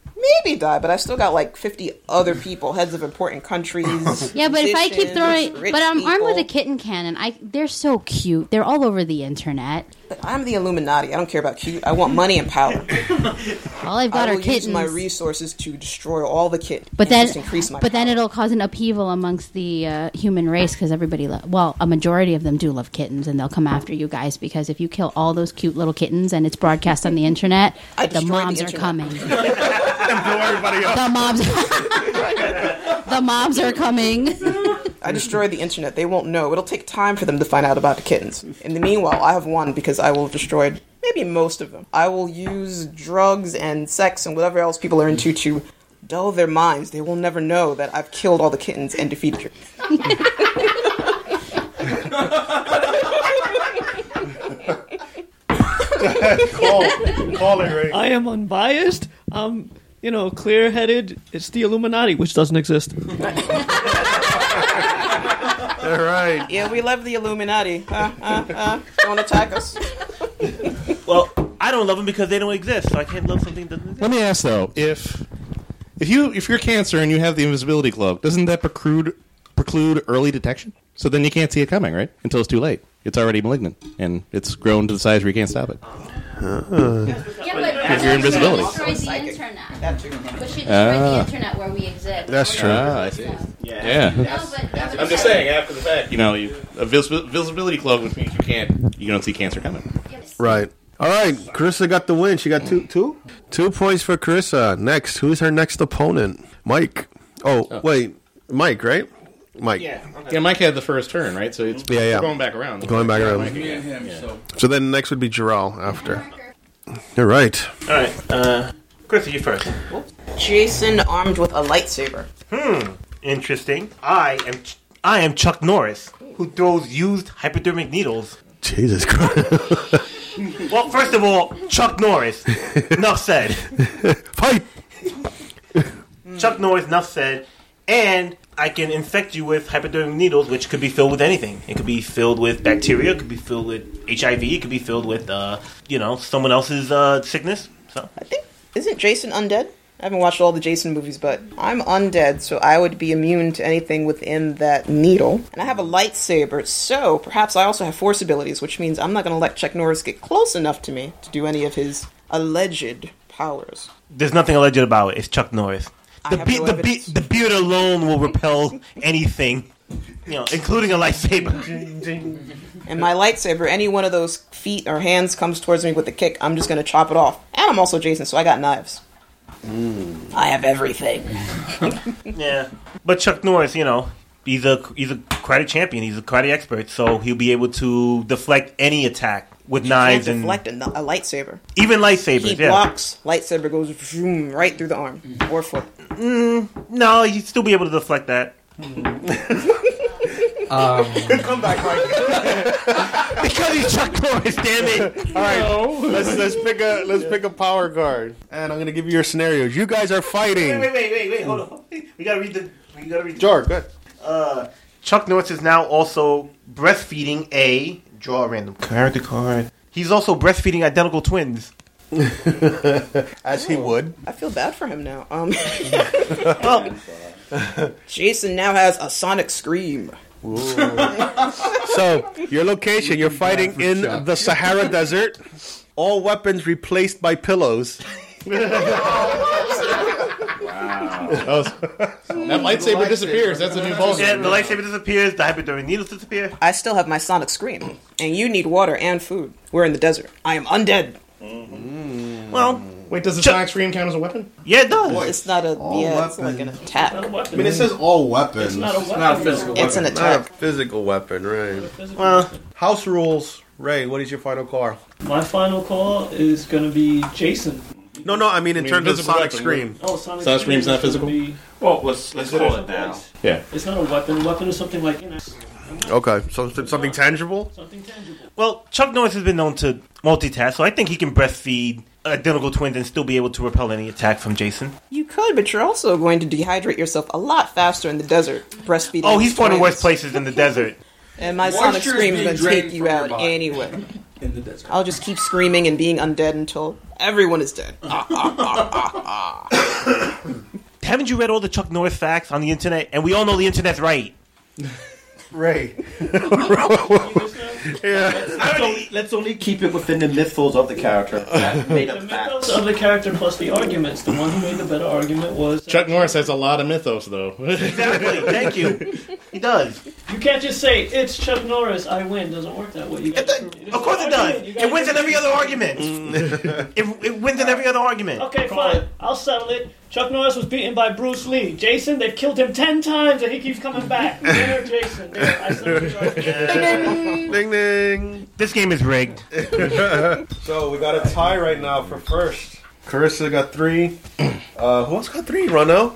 maybe die, but I still got like 50 other people, heads of important countries. Yeah, but if I keep musicians, throwing, rich but I'm armed with a people. kitten cannon. I they're so cute. They're all over the internet. I'm the Illuminati. I don't care about cute. I want money and power. All I've got I are will use kittens. my resources to destroy all the kittens. but then, just increase my but then power. it'll cause an upheaval amongst the uh, human race because everybody, lo- well, a majority of them do love kittens, and they'll come after you guys because if you kill all those cute little kittens and it's broadcast on the internet, I the destroyed the moms are internet. coming. The moms, the moms are coming. I destroy the internet. They won't know. It'll take time for them to find out about the kittens. In the meanwhile, I have won because I will have destroyed maybe most of them. I will use drugs and sex and whatever else people are into to dull their minds. They will never know that I've killed all the kittens and defeated you. call, call it, Ray. I am unbiased. I'm, you know, clear headed. It's the Illuminati, which doesn't exist. All right. Yeah, we love the Illuminati. Uh, uh, uh. Don't attack us. Well, I don't love them because they don't exist, so I can't love something that doesn't exist. Let me ask though, if if you if you're cancer and you have the invisibility cloak, doesn't that preclude preclude early detection? So then you can't see it coming, right? Until it's too late. It's already malignant and it's grown to the size where you can't stop it. Yeah, but Because your invisibility. destroyed the internet. That too. But she destroyed the Ah. internet where we exist. That's true. Ah, I see. Yeah. No, but, no, but I'm just it's- saying, after the fact, you know, you, a vis- visibility cloak, which means you can't, you don't see cancer coming. Right. All right. Carissa got the win. She got two, two, two points for Carissa. Next, who's her next opponent? Mike. Oh, wait, Mike. Right. Mike. Yeah. Yeah, Mike had the first turn, right? So it's Yeah, yeah. we're going back around. Going back around. Mike again. So then next would be Jarrell after. All right. All right, uh, Chris, you first. Jason armed with a lightsaber. Hmm, interesting. I am I am Chuck Norris, who throws used hypodermic needles. Jesus Christ. Well, first of all, Chuck Norris. Enough said. Fight. Chuck Norris. Enough said. And I can infect you with hypodermic needles, which could be filled with anything. It could be filled with bacteria. It could be filled with HIV. It could be filled with uh, you know someone else's uh, sickness. So Isn't Jason undead? I haven't watched all the Jason movies, but I'm undead, so I would be immune to anything within that needle. And I have a lightsaber, so perhaps I also have force abilities, which means I'm not going to let Chuck Norris get close enough to me to do any of his alleged powers. there's nothing alleged about it. It's Chuck Norris. The, be- the, be- the beard alone will repel anything, you know, including a lightsaber. And my lightsaber, any one of those feet or hands comes towards me with a kick, I'm just going to chop it off. And I'm also Jason, so I got knives. I have everything. yeah, but Chuck Norris, you know, he's a he's a karate champion. He's a karate expert, so he'll be able to deflect any attack with Can't knives and deflect a, a lightsaber. even lightsabers. He yeah. blocks, lightsaber goes vroom, right through the arm or foot. Mm, no, he'd still be able to deflect that. Um, Come back, Mike. because he's Chuck Norris, damn it! All right. Let's let's pick a let's pick a power card, and I'm gonna give you your scenarios. You guys are Wait, fighting. wait, wait, wait, wait. Hold on. We gotta read the. We gotta read. The, Jar, good. Uh, Chuck Norris is now also breastfeeding a draw a random character card. He's also breastfeeding identical twins. As he would. I feel bad for him now. Um, Well, Jason now has a sonic scream. so your location you're fighting in the sahara desert all weapons replaced by pillows Oh, so- that lightsaber disappears. That's a new ballgame. Yeah, the lightsaber disappears. The hypodermic needles disappear. I still have my sonic scream, and you need water and food. We're in the desert. I am undead. Well, Wait, does the Chuck- sonic scream count as a weapon? yeah, it does. It's not a yeah, it's like an attack. I mean, it says all weapons. It's not not a a, weapon. physical It's an weapon. attack. physical weapon right Well, house rules ray what is your final call My final call is going to be Jason. no no i mean in I mean, terms of physical sonic weapon, scream Oh, Sonic, Sonic Scream's is not gonna physical? Be, Well, let's let's Call call it it down. Yeah. it's not a weapon. A weapon is something like, you know, okay so something tangible something tangible. well, Chuck Norris has been known to multitask, so I think he can breastfeed identical twins and still be able to repel any attack from Jason. You could, but you're also going to dehydrate yourself a lot faster in the desert. Breastfeeding. Oh, he's fought in twins. worse places in the desert. And my Moisture sonic is scream is being going to take drained you from your out body. anyway. In the desert. I'll just keep screaming and being undead until everyone is dead. Haven't you read all the Chuck Norris facts on the internet? And we all know the internet's right. ray Let's only, let's only keep it within the mythos of the character. That made up The mythos facts. of the character plus the arguments. The one who made the better argument was Chuck Norris has a lot of mythos, though. Exactly. Thank you. He does. You can't just say it's Chuck Norris. I win. Doesn't work that way. You It gotta- does. you Of course it does. gotta- you gotta- It wins in every other argument. It, it wins in every other argument. Okay, fine. I'll settle it. Chuck Norris was beaten by Bruce Lee. Jason, they've killed him ten times and he keeps coming back. Winner, Jason. There, I settled the argument. ding ding This game is rigged. so we got a tie right now for first carissa got three uh who else got three ronell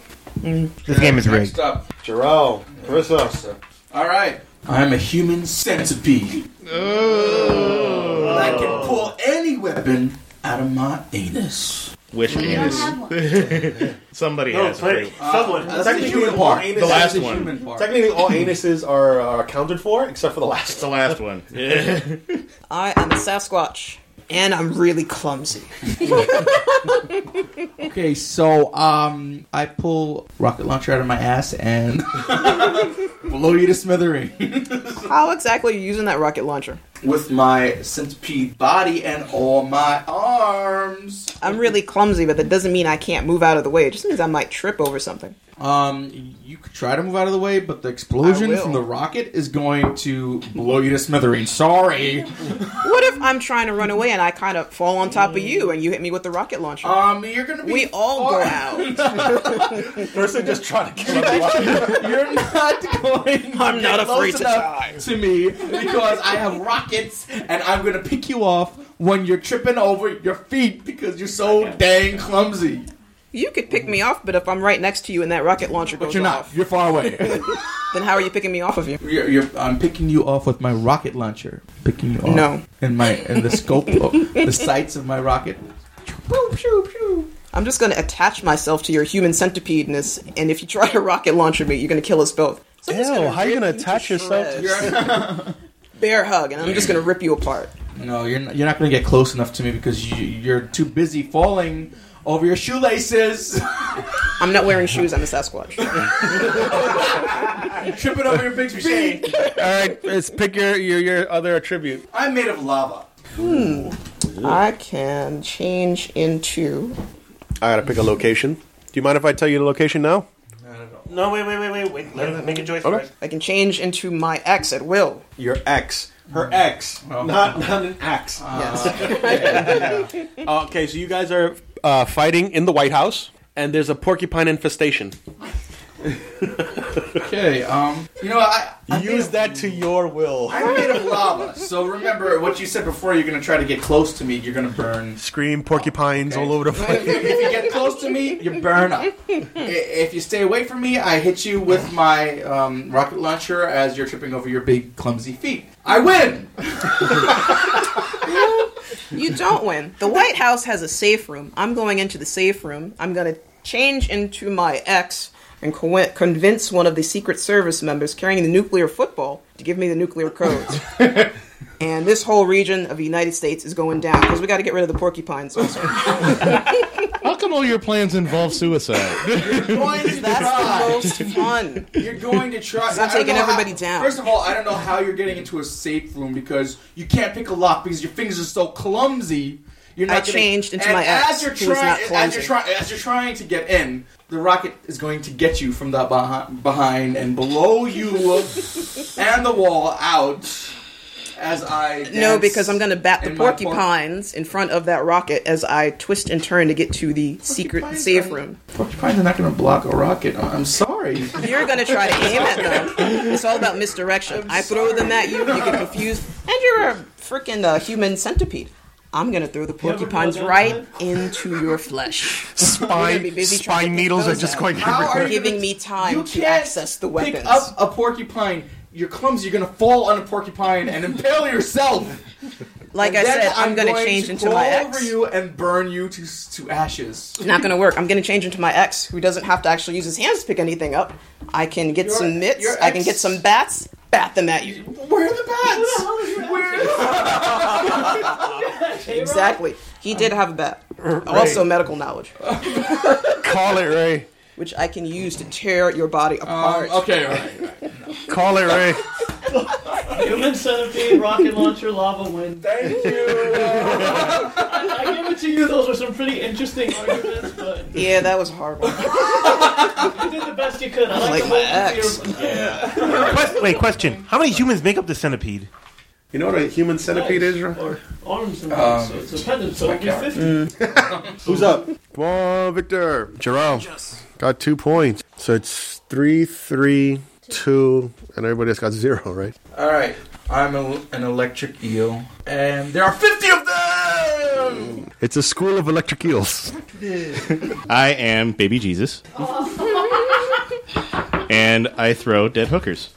This game is rigged. Next up. Jarrell, carissa All right. I'm a human centipede. Oh. I can pull any weapon out of my anus. Which You don't anus? have one. Somebody has. Wait, someone. That's the human all part. anuses- The last That's one. human part. technically all anuses are, are accounted for except for the last It's the last one. Yeah. I am a Sasquatch, and I'm really clumsy. Okay, so um, I pull rocket launcher out of my ass and Blow you to smithereens. How exactly are you using that rocket launcher? with my centipede body and all my arms. I'm really clumsy, but that doesn't mean I can't move out of the way. It just means I might trip over something. Um, you could try to move out of the way, but the explosion will. from the rocket is going to blow you to smithereens. Sorry. What if I'm trying to run away and I kind of fall on top of you and you hit me with the rocket launcher? Um, you're gonna be. we all go out. First, they're just trying to kill him. You're not going. I'm not afraid to die. to me because I have rockets and I'm gonna pick you off when you're tripping over your feet because you're so dang clumsy. You could pick me off, but if I'm right next to you and that rocket launcher goes But you're not. off, You're far away. then how are you picking me off of you? you're, you're, I'm picking you off with my rocket launcher. Picking you off. No. And my and the scope, of, the sights of my rocket. I'm just going to attach myself to your human centipedeness, and if you try to rocket launcher me, you're going to kill us both. So I'm just Ew, gonna how you rip gonna you attach yourself to- shreds. Bear hug, and I'm just going to rip you apart. No, you're not, you're not gonna get close enough to me because you, you're too busy falling over your shoelaces, I'm not wearing shoes. I'm a Sasquatch. tripping over your big feet. All right, let's pick your your, your other attribute. I'm made of lava. I can change into. I gotta pick a location. Do you mind if I tell you the location now? No, wait, wait, wait, wait, wait. Let him make a choice first. I can change into my ex at will. Your ex. Her ex. Not not an ex. Yes. Uh, Okay, so you guys are uh, fighting in the White House, and there's a porcupine infestation. Okay, um, You know, I, I'm Use that to your will. I'm made of lava. so remember what you said before. You're gonna try to get close to me. You're gonna burn. Scream porcupines all over the place. if you get close to me, you burn up. I- If you stay away from me, I hit you with my um, rocket launcher as you're tripping over your big clumsy feet. I win. you don't win. The White House has a safe room. I'm going into the safe room. I'm going to change into my ex and co- convince one of the Secret Service members carrying the nuclear football to give me the nuclear codes. and this whole region of the United States is going down because we got to get rid of the porcupines. Also, How come all your plans involve suicide? that's the most fun. You're going to try. not I don't taking know how- everybody down. First of all, I don't know how you're getting into a safe room because you can't pick a lock because your fingers are so clumsy. You're not I gonna- changed into and my as ex, you're who was trying, not as clumsy. you're trying, as you're trying to get in, the rocket is going to get you from the behind, behind and below you, and the wall out. As I No, dance because I'm going to bat the in my por- porcupines in front of that rocket as I twist and turn to get to the secret Porcupines safe are- room. Porcupines are not going to block a rocket. I- I'm sorry. You're going to try to aim at them. It's all about misdirection. I throw them at you, you get confused, and you're a freaking uh, human centipede. I'm going to throw the porcupines right into your flesh. You're gonna Spine be busy trying to spine pick needles are those just out. going. How are everywhere. you Giving gonna- me time you to can't access the Pick weapons. up a porcupine. You're clumsy. You're gonna fall on a porcupine and impale yourself. Like I Then said, I'm, going to going change into crawl my over ex. you and burn you to to ashes. Not going to work. I'm going to change into my ex, who doesn't have to actually use his hands to pick anything up. I can get Your- some mitts. your I can ex- get some bats. Bat them at you. Where are the bats? Where? Exactly. He did have a bat. Also, medical knowledge, Call it Ray. which I can use to tear your body apart. okay, all right. Call it Ray. Human centipede, rocket launcher, lava wind. Thank you. I, I give it to you. Those were some pretty interesting arguments, but you Yeah, that was horrible. did the best you could. I Like like, my the ex. way you Quest- wait, question. How many humans make up the centipede? You know what a human centipede is? feel. Ray? Or arms and legs, so it's a pendant, so it'd be 50. Who's up? Come on, Victor. Jerome got two points, so it's three, three, two, and everybody else got zero, right? All right. I'm a, an electric eel, and there are fifty of them. It's a school of electric eels. I am baby Jesus. and I throw dead hookers.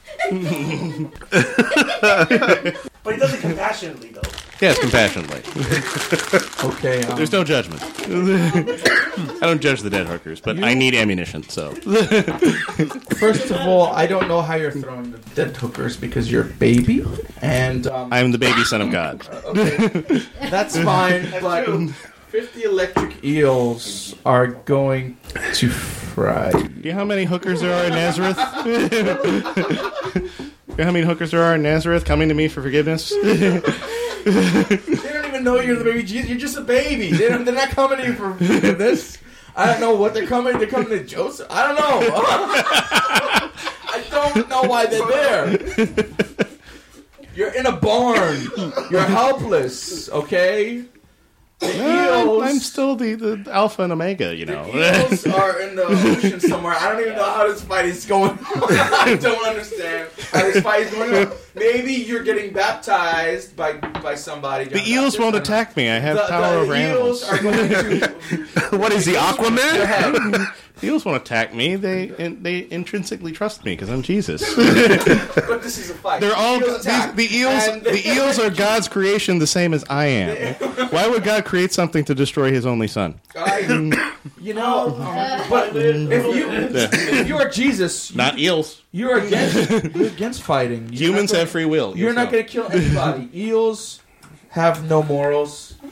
But he does it compassionately, though. Yes, compassionately. Okay. Um, There's no judgment. I don't judge the dead hookers, but I need ammunition, so. First of all, I don't know how you're throwing the dead hookers because you're a baby, and um, I am the baby son of God. that's fine. But fifty electric eels are going to fry. Do you know how many hookers there are in Nazareth? You know how many hookers there are in Nazareth coming to me for forgiveness? They don't even know you're the baby Jesus. You're just a baby. They don't, they're not coming in for this. I don't know what they're coming. They're coming to Joseph. I don't know. I don't know why they're there. You're in a barn. You're helpless. Okay. Well, I'm, I'm still the, the alpha and omega, you know. Eels are in the ocean somewhere. I don't even know how this fight is going on. I don't understand how this fight is going on. Maybe you're getting baptized by by somebody. John the eels Baptist. won't attack me. I have The- power the over eels animals. are going to what is the Go ahead. Aquaman? the eels won't attack me. They in, they intrinsically trust me because I'm Jesus. But this is a fight. They're all Eels these, attack. the eels. And- The eels are God's creation, the same as I am. Why would God create something to destroy His only Son? I- you know, um, but if you if you are Jesus, Not eels. you're against you're against fighting. You're Humans not gonna- have free will. You're Eels not don't. going to kill anybody. Eels have no morals.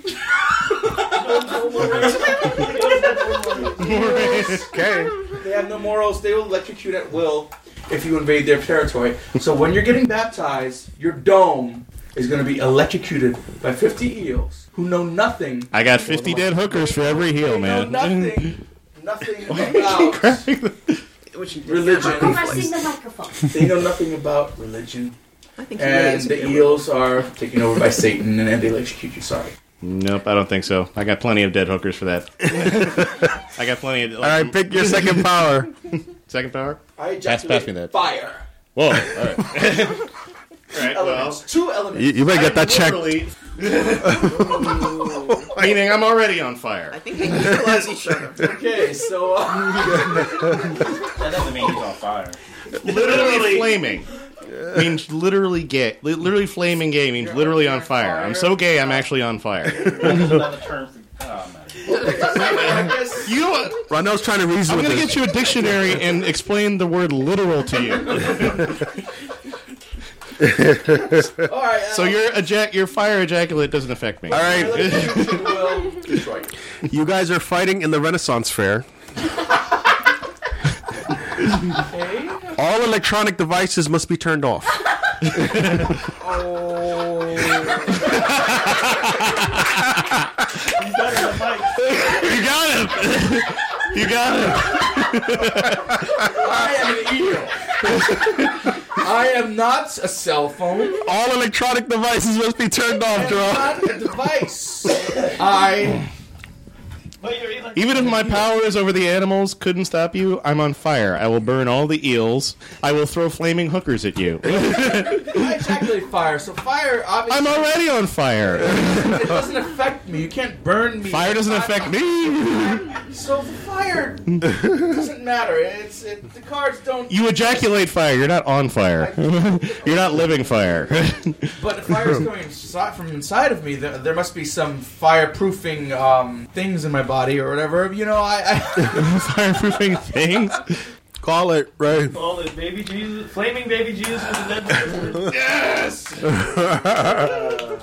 okay. They have no morals. They will electrocute at will if you invade their territory. So when you're getting baptized, your dome is going to be electrocuted by 50 eels who know nothing. I got 50 dead hookers for every heel, Know man. nothing. Nothing about religion. the microphone. They know nothing about religion. I think he really And is a the hero. eels are taken over by Satan and they electrocute you. Sorry. Nope, I don't think so. I got plenty of dead hookers for that. I got plenty of. All right, pick your second power. Second power? I Pass- ejaculate pass me that. Fire. Whoa, all right. all right, Elements. Two elements. You, you better get that checked. Literally- Meaning I'm already on I fire. think they neutralize each other. Okay, so uh, That doesn't mean he's on fire. Literally flaming. Means literally gay. Li- Literally flaming gay means literally on fire. I'm so gay, I'm actually on fire. That's another term for. Oh, man. I guess You know what? Rondel's trying to reason I'm with gonna this. get you a dictionary and explain the word literal to you. all right. uh, So your ejac- your fire ejaculate doesn't affect me. All right, electrocution will destroy you. you guys are fighting in the Renaissance Fair. All electronic devices must be turned off. You got him. you got him. I am an eel. I am not a cell phone. All electronic devices must be turned off, Jerome. I'm not a device. I Even if my powers over the animals couldn't stop you, I'm on fire. I will burn all the eels. I will throw flaming hookers at you. I ejaculate fire. So fire obviously I'm already on fire. it doesn't affect me. You can't burn me. Fire doesn't I'm- affect me. So fire doesn't matter. It's it, the cards don't. You ejaculate fire. You're not on fire. You're not living fire. But if fire is coming inside, from inside of me, there, there must be some fireproofing um, things in my body or whatever. You know, I, I Fireproofing things. Call it, right? All the baby Jesus, flaming baby Jesus with the dead Uh,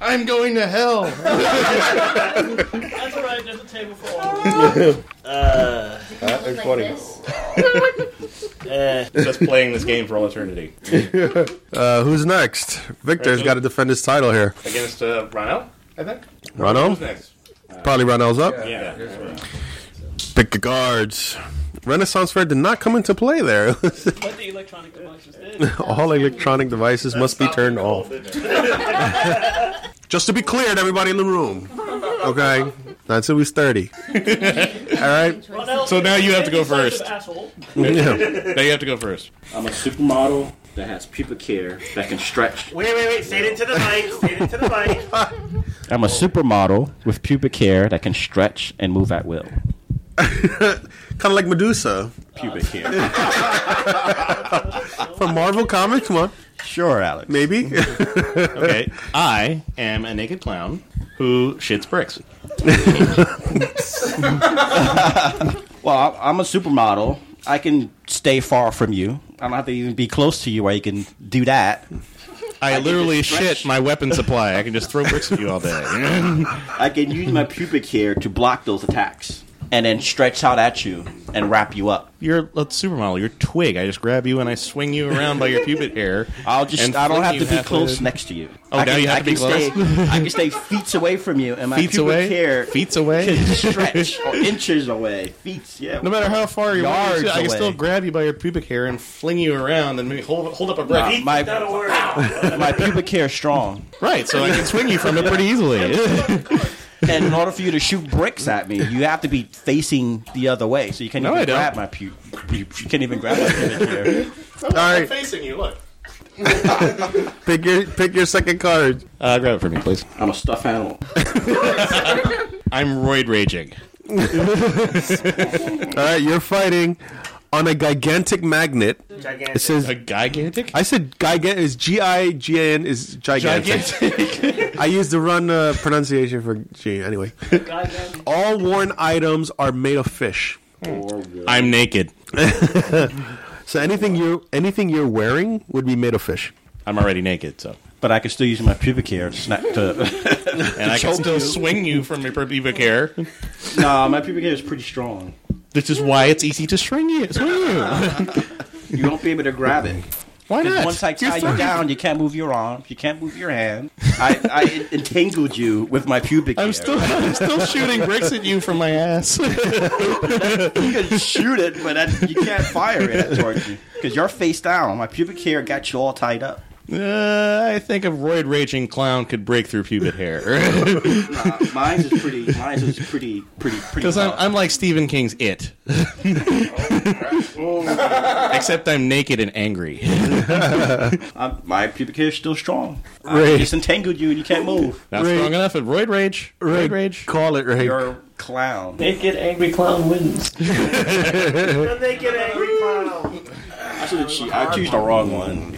I'm going to hell. That's right. There's a table for all. Like this. Just playing this game for all eternity Uh, who's next? Victor's got to defend his title here. against uh, Ronald. I think. Ronald? next? Probably Ronald's up. Yeah. Pick the guards. Renaissance Fair did not come into play there. But the electronic devices did. All electronic devices must be turned off. Just to be clear to everybody in the room. Okay? That's who was 30. All right? So now you have to go first. Asshole. Yeah. Now you have to go first. I'm a supermodel that has pubic hair that can stretch. Wait, wait, wait. Say it into the mic. Say it into the mic. I'm a supermodel with pubic hair that can stretch and move at will. Kind of like Medusa Pubic hair. from Marvel Comics. Come on. Sure, Alex. Maybe. Okay. I am a naked clown who shits bricks. Well, I- I'm a supermodel. I can stay far from you. I don't have to even be close to you where you can do that. I, literally just stretch. shit my weapon supply. I can just throw bricks at you all day. I can use my pubic hair to block those attacks. and then stretch out at you and wrap you up. You're a supermodel. You're a twig. I just grab you and I swing you around by your pubic hair. I'll just and I don't fling have you to be halfway. close next to you. Oh, I now can- you have I to be can close? Stay, I can stay feet away from you, and my Feet pubic away? hair Feet away? can stretch or inches away. Feet, yeah. No matter how far you're, yards I away. can still grab you by your pubic hair and fling you around and maybe hold hold up a Nah, brick. my, my pubic hair is strong. Right, so I can swing you from it pretty easily. and in order for you to shoot bricks at me, you have to be facing the other way. So you can't No, I even don't. grab my pu- you, you can't even grab my pubic hair. All right. facing you. Look. Pick your pick your second card. Uh, grab it for me, please. I'm a stuffed animal. I'm roid raging. All right, you're fighting on a gigantic magnet. Gigantic. It says a gigantic. I said gigantic is G I G A N is gigantic. I used the run uh, pronunciation for G anyway. All worn items are made of fish. I'm naked. so anything you anything you're wearing would be made of fish. I'm already naked, so. But I can still use my pubic hair to snap to. And I can Choke still you. swing you from your pubic hair. nah, my pubic hair is pretty strong. This is why it's easy to swing you. Swing you. You won't be able to grab it. Why 'Cause not? Once I You're tie you fine. down, you can't move your arm. You can't move your hand. I, I en- entangled you with my pubic hair. I'm still, I'm still shooting bricks at you from my ass. you can shoot it, but that, you can't fire it towards you because you're face down. My pubic hair got you all tied up. Uh, I think a roid raging clown could break through pubic hair. Nah, mine is pretty. Mine is pretty, pretty, pretty. Because I'm, I'm like Stephen King's It. Except I'm naked and angry. I'm, Um, my pubic hair is still strong. I Ray. just entangled you and you can't move. Not Right. strong enough at roid rage. Roid rage. Call it right. You're a clown. Naked angry clown wins. naked angry clown. I should have cheated. I choose the wrong one.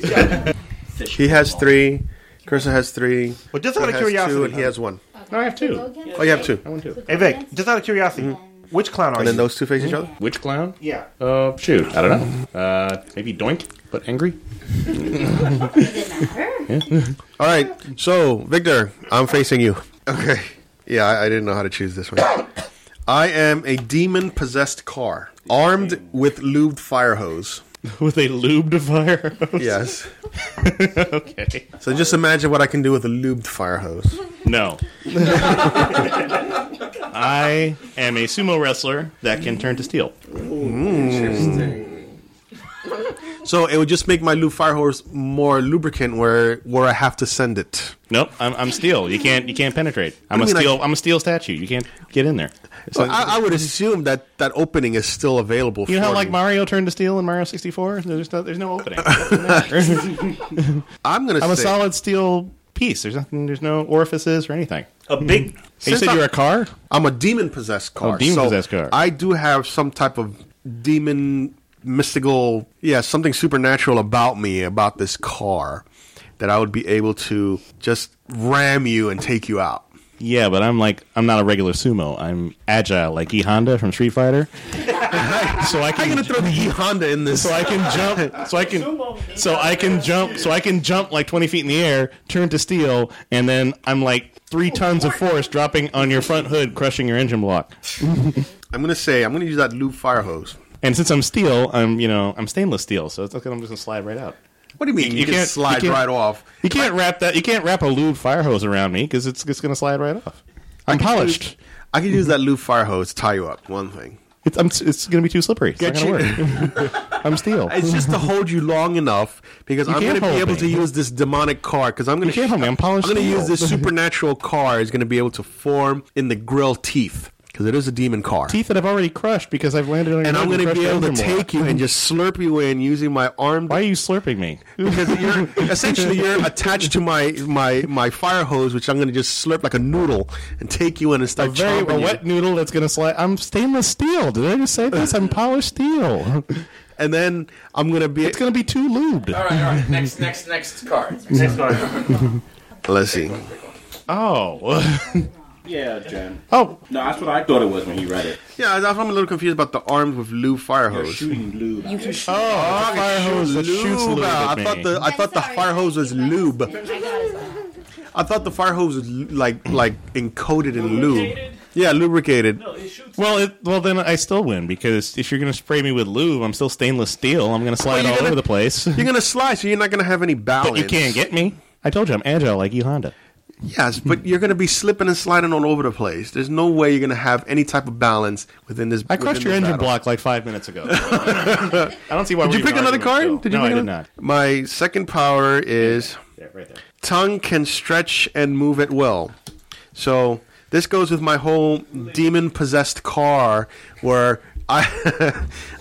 He has three. Kirsten has three. But just He out of has two, and curiosity, he has one. No, I have two. Oh, you have two. hey Vic, just out of curiosity, which clown are And then you? Hmm? those two face each other. Which clown? Yeah. Uh, shoot. I don't know. Uh, maybe Doink, but angry. All right. So, Victor, I'm facing you. Okay. Yeah, I, I didn't know how to choose this one. I am a demon possessed car, armed with lubed fire hose. With a lubed fire. Yes. okay. So just imagine what I can do with a lubed fire hose. No. I am a sumo wrestler that can turn to steel. So it would just make my lubed fire hose more lubricant where where I have to send it. Nope, I'm, I'm steel. You can't you can't penetrate. I'm a do you mean, steel. I'm a steel statue. You can't get in there. So, But I, I would assume that that opening is still available. you know how for like me. Mario turned to steel in Mario 64? There's no, there's no opening. I'm gonna I'm say a solid steel piece. There's nothing. There's no orifices or anything. A Hey, big. you Since said I- you're a car. I'm a demon possessed car. Oh, demon-possessed car. I do have some type of demon mystical, yeah, something supernatural about me about this car that I would be able to just ram you and take you out. Yeah, but I'm like I'm not a regular sumo. I'm agile, like E Honda from Street Fighter. so I I'm can gonna throw the E Honda in this. so I can jump. So I can so I can jump. So I can jump like 20 feet in the air, turn to steel, and then I'm like three tons of force dropping on your front hood, crushing your engine block. I'm gonna say I'm gonna use that lube fire hose. And since I'm steel, I'm you know I'm stainless steel, so it's okay. I'm just gonna slide right out. What do you mean? You You, can can't- slide you can't- right off. You can't wrap that. You can't wrap a lube fire hose around me because it's it's gonna slide right off. I'm polished. I could use that lube fire hose to tie you up. One thing. It's, I'm, it's going to be too slippery. It's not Get going to work. I'm steel. It's just to hold you long enough because I'm can't going to be hold able me. to use this demonic car because I'm going You can't hold me. I'm polished I'm going to steel. use this supernatural car is going to be able to form in the grill teeth because it is a demon car. Teeth that I've already crushed because I've landed on your And nose I'm going to crushed be your able to engine block. take you and just slurp you in using my arm Why are you slurping me? because you're essentially you're attached to my my my fire hose, which I'm going to just slurp like a noodle and take you in and A start very chomping a you. wet noodle that's going to slide. I'm stainless steel. Did I just say this? I'm polished steel. And then I'm going to be. It's going to be too lubed. All right, all right. Next, next, next card. Next card. Let's see. Oh. Yeah, Jen. oh. No, that's what I thought it was when you read it. Yeah, I'm a little confused about the arms with lube fire You're hose. shooting lube. You can shoot. Oh, the fire hose that shoots Lube. lube I at thought me. the I thought the fire hose was lube. I thought the fire hose was like like encoded in lube. Yeah, lubricated. Well, it, well, then I still win because if you're going to spray me with lube, I'm still stainless steel. I'm going to slide you're all gonna- over the place. You're gonna slide, so you're not gonna have any balance. But you can't get me. I told you I'm agile like E Honda. Yes, but you're gonna be slipping and sliding all over the place. There's no way you're gonna have any type of balance within this. I crushed your engine block like five minutes ago. I don't see why. Did we're you pick even another arguing card? still. Did you no, pick I did another- not. My second power is right there. tongue can stretch and move at will. So this goes with my whole demon possessed car, where I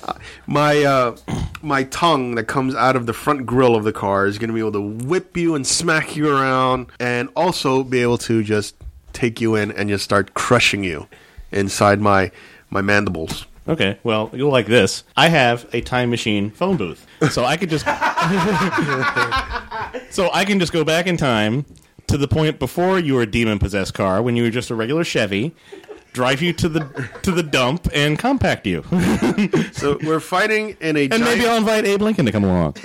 my uh, my tongue that comes out of the front grill of the car is going to be able to whip you and smack you around, and also be able to just take you in and just start crushing you inside my my mandibles. Okay, well, you'll like this. I have a time machine phone booth, so I could just, so I can just go back in time to the point before you were a demon possessed car, when you were just a regular Chevy, drive you to the to the dump and compact you, So we're fighting in a and maybe I'll invite Abe Lincoln to come along.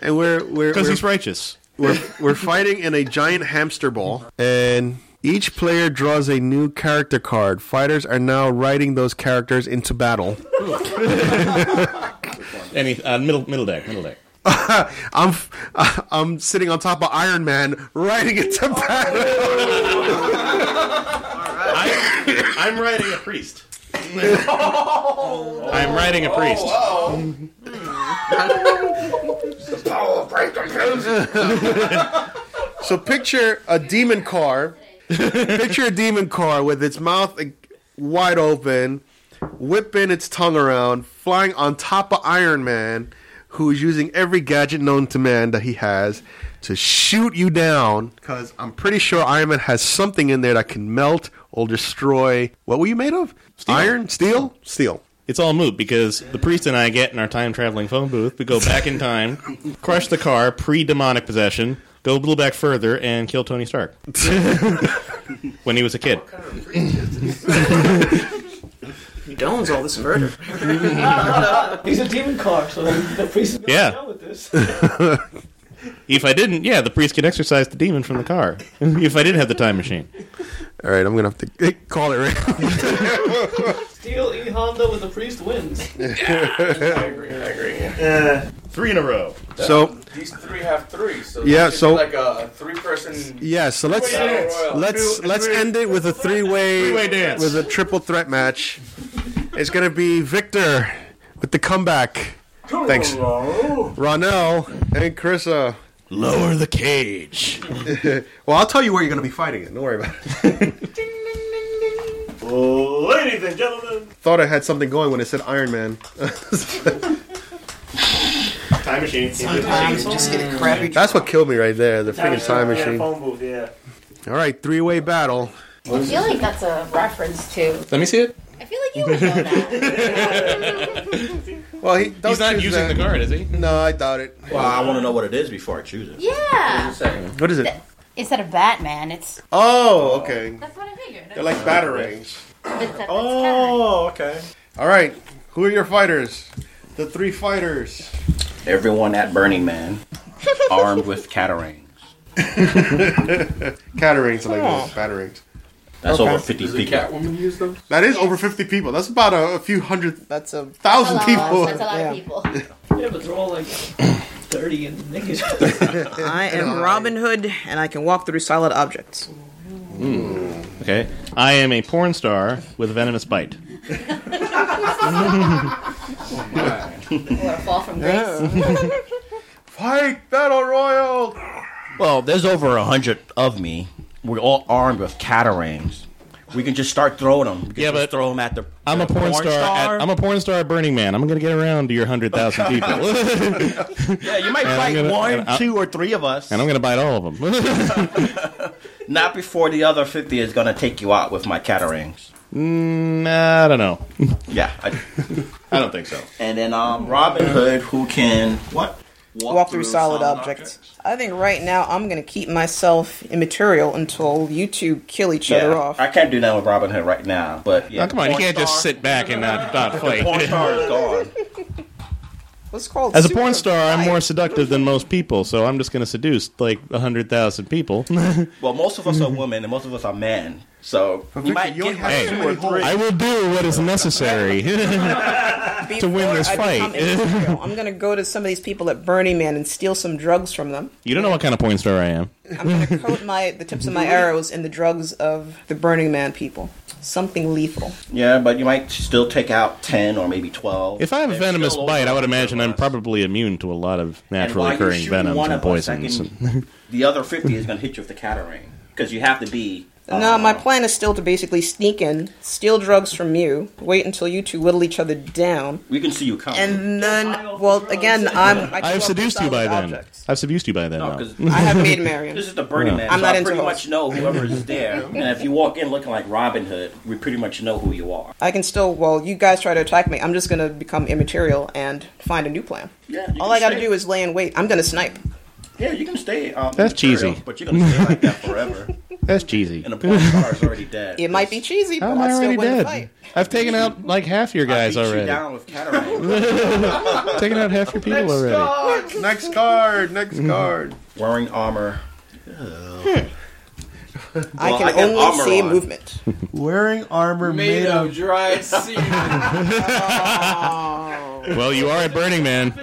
and we're we're 'Cause we're- he's righteous. We're we're fighting in a giant hamster ball, and each player draws a new character card. Fighters are now writing those characters into battle. Any uh, middle middle deck, middle deck. I'm f- I'm sitting on top of Iron Man, writing into I'm writing a priest. I'm writing a priest. battle. so picture a demon car. Picture a demon car with its mouth like, wide open, whipping its tongue around, flying on top of Iron Man, who is using every gadget known to man that he has to shoot you down. Because I'm pretty sure Iron Man has something in there that can melt or destroy. What were you made of? Iron? Steel? Steel. It's all moot because the priest and I get in our time traveling phone booth. We go back in time, crush the car, pre demonic possession, go a little back further, and kill Tony Stark when he was a kid. He owns all this murder. He's a demon car, so the priest is going Yeah. to deal with this. if I didn't, yeah, the priest could exorcise the demon from the car. if I didn't have the time machine. All right, I'm gonna have to call it right. Steal E Honda with the priest wins. agree. I agree. three in a row. So- these three have three. So Yeah, this should so- be like a three-person. Yeah, so let's Three-way dance. let's let's end it with a three-way Three-way dance. with a triple threat match. It's gonna be Victor with the comeback. Thanks, Ronell and Carissa. Lower the cage. well, I'll tell you where you're gonna be fighting it. Don't worry about it. Ladies and gentlemen, Thought I had something going when it said Iron Man. Time machine. Sometimes you just get a crappy- That's what killed me right there. The freaking time Yeah, machine. phone booth, yeah. All right, three-way battle. I feel like that's a reference to. Let me see it. I feel like you would know that. Well, he He's not using the card, is he? No, I doubt it. Well, I want to know what it is before I choose it. Yeah. What is it? Instead of Batman, it's. Oh, okay. That's what I figured. They're like batarangs. Oh, okay. All right, who are your fighters? The three fighters. Everyone at Burning Man, armed with catarangs. Catarangs are like Oh. those batarangs. That's over 50 Does the people. Catwoman use them? That is over 50 people. That's about a, a few hundred. That's a thousand That's a lot. people. That's a lot of people. Yeah, but they're all like 30 and I am Robin Hood, and I can walk through solid objects. Okay. I am a porn star with a venomous bite. What a fall from grace. Fight battle royal. Well, there's over a hundred of me. We're all armed with catarangs. We can just start throwing them. yeah, but throw them at the. I'm a the porn, star. At, I'm a porn star at Burning Man. I'm going to get around to your 100,000 people. yeah, you might And I'm fight gonna- one, and I- two, or three of us. and I'm going to bite all of them. Not before the other fifty is gonna take you out with my catarangs. Mm, nah, I don't know. Yeah, I, I don't think so. And then um, Robin Hood, who can what? Walk, through, solid, objects. I think right now I'm going to keep myself immaterial until you two kill each Yeah, other off. I can't do that with Robin Hood right now, but yeah. Oh, come on, you Porn can't just star- sit back and not, not The fight. porn star is gone. What's it called As a porn star, I'm more seductive than most people, so I'm just going to seduce like 100,000 people. Mm-hmm. Well, most of us are women and most of us are men, So you might get like two or three. I will do what is necessary to win this I become fight. a hero, I'm gonna go to some of these people at Burning Man and steal some drugs from them. You don't know what kind of porn star I am. I'm gonna coat my the tips of my arrows in the drugs of the Burning Man people. Something lethal. Yeah, but you might still take out ten or maybe twelve. If I have a They're venomous still bite, I would imagine I'm probably immune to a lot of naturally while you're occurring shooting venoms one and of us, I poisons. can- The other fifty is going to hit you with the cataract because you have to be. Uh, uh, no, my plan is still to basically sneak in, steal drugs from you, wait until you two whittle each other down, We can see you coming. and then, well, again, I'm. I I've grew up with seduced you by solid then. I've seduced you by then. now. I have made Marion. This is the Burning Yeah. Man. I'm so not I into pretty hoes. much know whoever is there. and if you walk in looking like Robin Hood, we pretty much know who you are. I can still, well, you guys try to attack me. I'm just going to become immaterial and find a new plan. Yeah, All I got to do is lay in wait. I'm going to snipe. Yeah, you can stay. Um, That's material, cheesy. But you're going to stay like that forever. That's cheesy. And the porn star is already dead. It might be cheesy, but How am I I still already win the dead? fight. I've taken out like half your guys Shoot already. down with cataract. taken out half your people already. next card. Next Mhm. card. Wearing armor. I Well, can I got only armor see on. movement. Wearing armor Made of dried seaweed. Well, you are at Burning Man.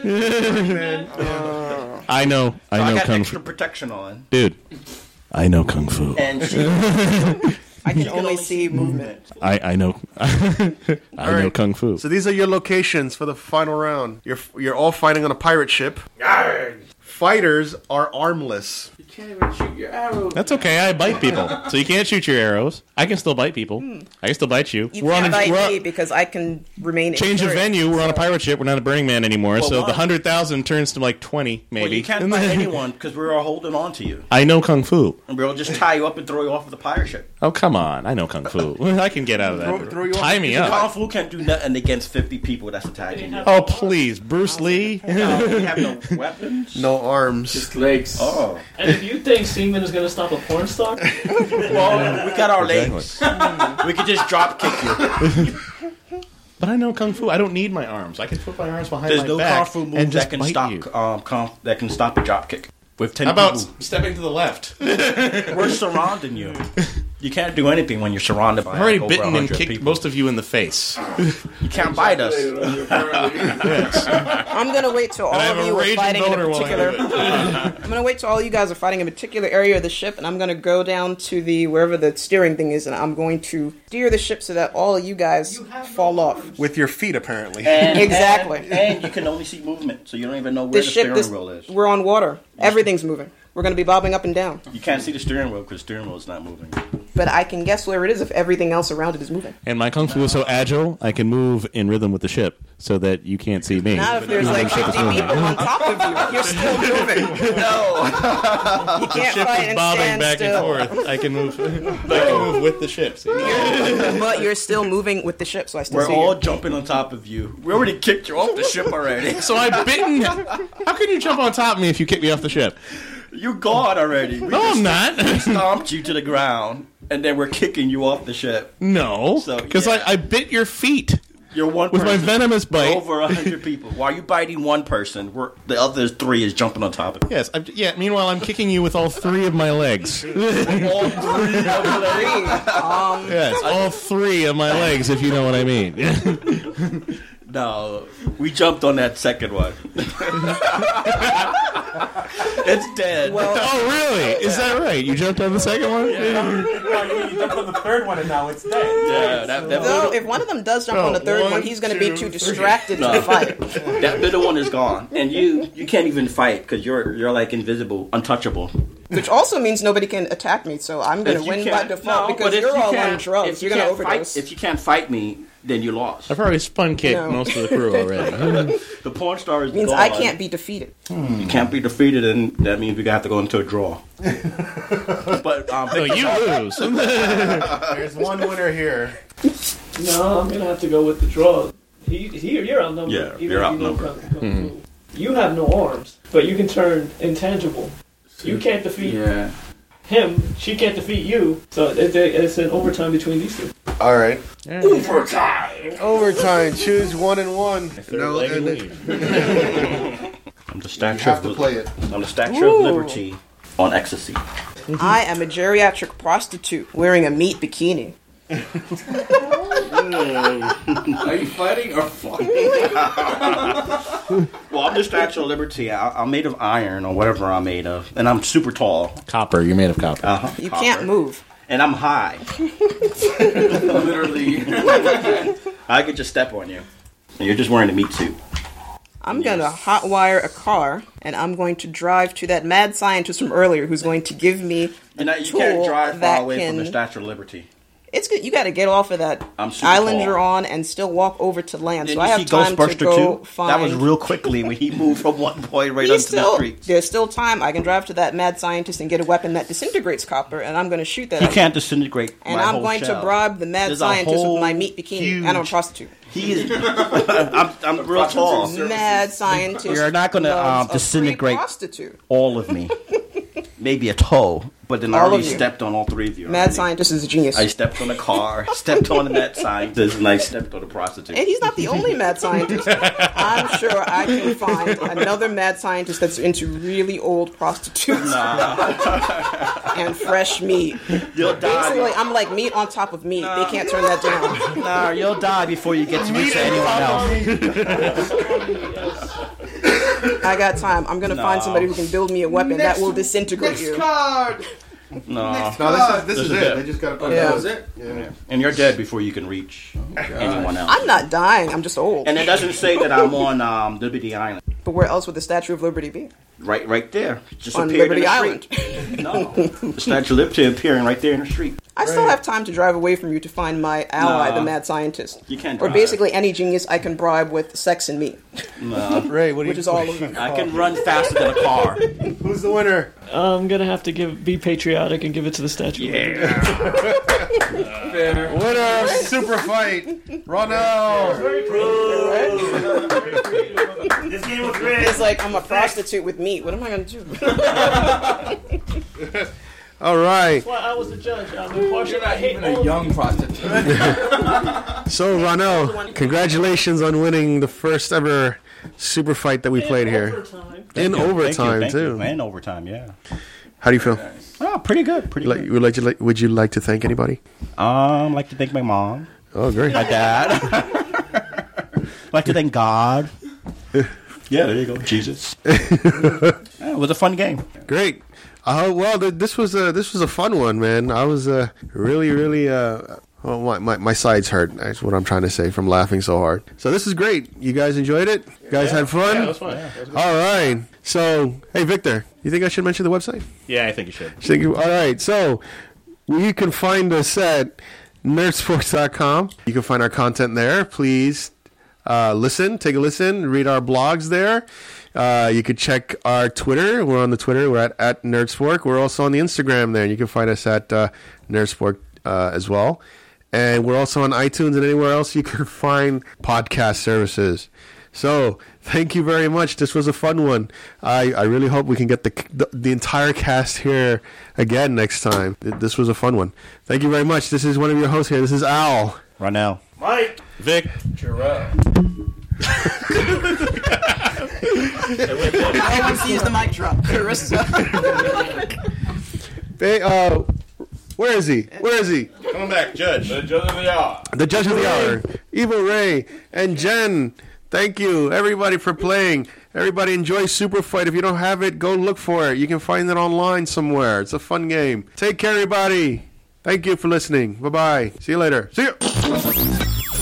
I know. So I know got kung extra fu, protection on. dude. I know kung fu. And she, I can only see movement. I I know. I All know right. kung fu. So these are your locations for the final round. You're you're all fighting on a pirate ship. Fighters are armless. You can't even shoot your arrow. That's okay. I bite people, so you can't shoot your arrows. I can still bite people. Hmm. I can still bite you. You we're on can't a, fight we're on- me because I can remain change of immaterial. venue. We're on a pirate ship. We're not a Burning Man anymore. Well, so why? the hundred thousand turns to like twenty, maybe. well, you can't fight anyone because we're all holding on to you. I know kung fu. And we'll just tie you up and throw you off of the pirate ship. Oh come on! I know kung fu. I can get out of that. Tie me up. Kung Fu can't do nothing against 50 people that's attacking you. Oh please, Bruce Lee. No, we have no weapons. No arms. Just legs. Oh. And if you think semen is gonna stop a porn star, Well, we got our legs. we could just drop kick you. But I know kung fu. I don't need my arms. I can put my arms behind There's my no Kung back Fu move and just that can bite stop you. um, kung, that can stop a drop kick. With 10 How about people. stepping to the left? We're surrounding you. You can't do anything when you're surrounded by I've already like, over bitten and 100 kicked people. most of you in the face. You can't bite us. I'm going to wait till all I have of a you are raging fighting in a boner while I particular. do I'm going to wait till all you guys are fighting in a particular area of the ship, and I'm going to go down to the wherever the steering thing is, and I'm going to steer the ship so that all of you guys fall off. With your feet, apparently. And, Exactly. And, and you can only see movement, so you don't even know where This the ship, steering this wheel is. we're on water. Everything's moving. We're going to be bobbing up and down. You can't see the steering wheel because the steering wheel is not moving. But I can guess where it is if everything else around it is moving. And my kung fu is so agile, I can move in rhythm with the ship, so that you can't see me. Not if there's Even though like the ship 50 is moving. people on top of you. You're still moving. No. You can't ship fight is and bobbing stand back still. and forth. I can move. I can move with the ship. see? But you're still moving with the ship, so I still We're see all you. jumping on top of you. We already kicked you off the ship already. So I've bitten. How can you jump on top of me if you kick me off the ship? You're gone already. We No, just I'm not. stomped you to the ground, and then we're kicking you off the ship. No, So, because yeah. I, I bit your feet You're one with my person. venomous bite. Over a hundred people. While you biting one person, we're, the other three is jumping on top of you. Yes, I'm, yeah. Meanwhile, I'm kicking you with all three of my legs. All three of them. Yes, all three of my legs, if you know what I mean. No, we jumped on that second one. it's dead. oh, really? Is that right? You jumped on the second one? you jumped on the third one and now it's dead. yeah, that, that, No, middle, if one of them does jump No, on the third one, one, he's going to be two, too distracted No. to fight. that middle one is gone, and you you can't even fight because you're you're like invisible, untouchable. Which also means nobody can attack me, so I'm going If to you win by can't- default no, because but if you're you all on can't- drugs. if you You're going to can't fight- overdose. If you can't fight me, then you lost. I've already spun kicked No. most of the crew already. The porn star is means gone. I can't be defeated. You can't be defeated, and that means we have to go into a draw. but um, no, you lose. There's one winner here. no, I'm gonna have to go with the draw. He, he you're outnumbered. Yeah, even if you're you don't outnumbered. count- count the move. You have no arms, but you can turn intangible. You can't defeat Yeah. him. She can't defeat you. So it, it- it's an overtime between these two. All right. Overtime. Overtime. Choose one and one. No, and I'm the statue have of to Li- play it. I'm the statue of liberty on ecstasy. I am a geriatric prostitute wearing a meat bikini. Are you fighting or fucking? well, I'm just actual liberty. I, I'm made of iron or whatever I'm made of, and I'm super tall. Copper. You're made of copper. Uh-huh, You copper. can't move. And I'm high. Literally. I could just step on you. And you're just wearing a meat suit. I'm gonna hotwire a car, and I'm going to drive to that mad scientist from earlier, who's going to give me And a that- you tool can't drive that far away can. from the Statue of Liberty. It's good. You got to get off of that I'm super island tall. you're on and still walk over to land. Didn't so I you have see time to Ghostbuster go 2? find. That was real quickly when he moved from one point right He's onto still, the creek. there's still time. I can drive to that mad scientist and get a weapon that disintegrates copper, and I'm going to shoot that. He at him. can't disintegrate. And my I'm whole going to shell. bribe the mad There's a scientist with whole my meat bikini, and I'm a huge- prostitute. He is. I'm, I'm real tall. Mad scientist. You're not going to loves um, a free disintegrate prostitute. all of me. Maybe a toe, but then I All of already you. stepped on all three of you. Mad already. scientist is a genius. I stepped on a car, stepped on the mad scientist, and I stepped on a prostitute. And he's not the only mad scientist. I'm sure I can find another mad scientist that's into really old prostitutes and fresh meat. You'll Basically, die. I'm like meat on top of meat. They can't turn that down. Nah, you'll die before you get to reach anyone else. I got time. I'm gonna find No. somebody who can build me a weapon Next- that will disintegrate you. card. No, No. this is this, This is, is it. it. They just got to put Oh, that it out. was it? Yeah. And you're dead before you can reach anyone else. I'm not dying. I'm just old. And it doesn't say that I'm on um, Liberty Island. But where else would the Statue of Liberty be? Right, right there. Just On appeared Liberty in the Island. street. No, the Statue of Liberty appearing right there in the street. I still have time to drive away from you to find my ally, Nah. the mad scientist. You can't Or drive. basically any genius I can bribe with sex and meat. No. Ray, what do you Which is all of you. I can run faster than a car. Who's the winner? I'm gonna have to give be patriotic and give it to the statue. Yeah. Winner of Super Fight, Ronald. This game was It's great. like I'm a prostitute with meat. What am I gonna do? All right. Well, I was the judge. I'm impartial. I hate Even a young prostitute. So, Ronald, congratulations on winning the first ever super fight that we played here. In overtime, too. In overtime, yeah. How do you feel? Oh, pretty good. Pretty Like, would, like, you- would you like to thank anybody? good. Um, like to thank my mom, Oh, great. my dad. like to thank God. Yeah, there you go, Jesus. Yeah, it was a fun game. Great. Uh, well, th- this was a this was a fun one, man. I was uh, really, really. Uh, well, my, my my sides hurt. That's what I'm trying to say from laughing so hard. So this is great. You guys enjoyed it. You guys had fun. Yeah, that was fun. All right. So hey, Victor, you think I should mention the website? Yeah, I think you should. You think you- all right. So you can find us at nerdsports.com. You can find our content there. Please uh, listen, take a listen, read our blogs there. Uh, you could check our Twitter. We're on the Twitter. We're at, at Nerdspork. We're also on the Instagram there. You can find us at uh, Nerdspork uh, as well. And we're also on iTunes and anywhere else you can find podcast services. So thank you very much. This was a fun one. I, I really hope we can get the, the the entire cast here again next time. Th- This was a fun one. Thank you very much. This is one of your hosts here. This is Al. Right now. Mike. Vic, I want to use the mic drop. Carissa. Hey, uh, where is he? Where is he? coming back, Judge. The judge of the hour, Evil Ray and Jen. Thank you, everybody, for playing. Everybody enjoy Super Fight. If you don't have it, go look for it. You can find it online somewhere. It's a fun game. Take care, everybody. Thank you for listening. Bye bye. See you later. See you.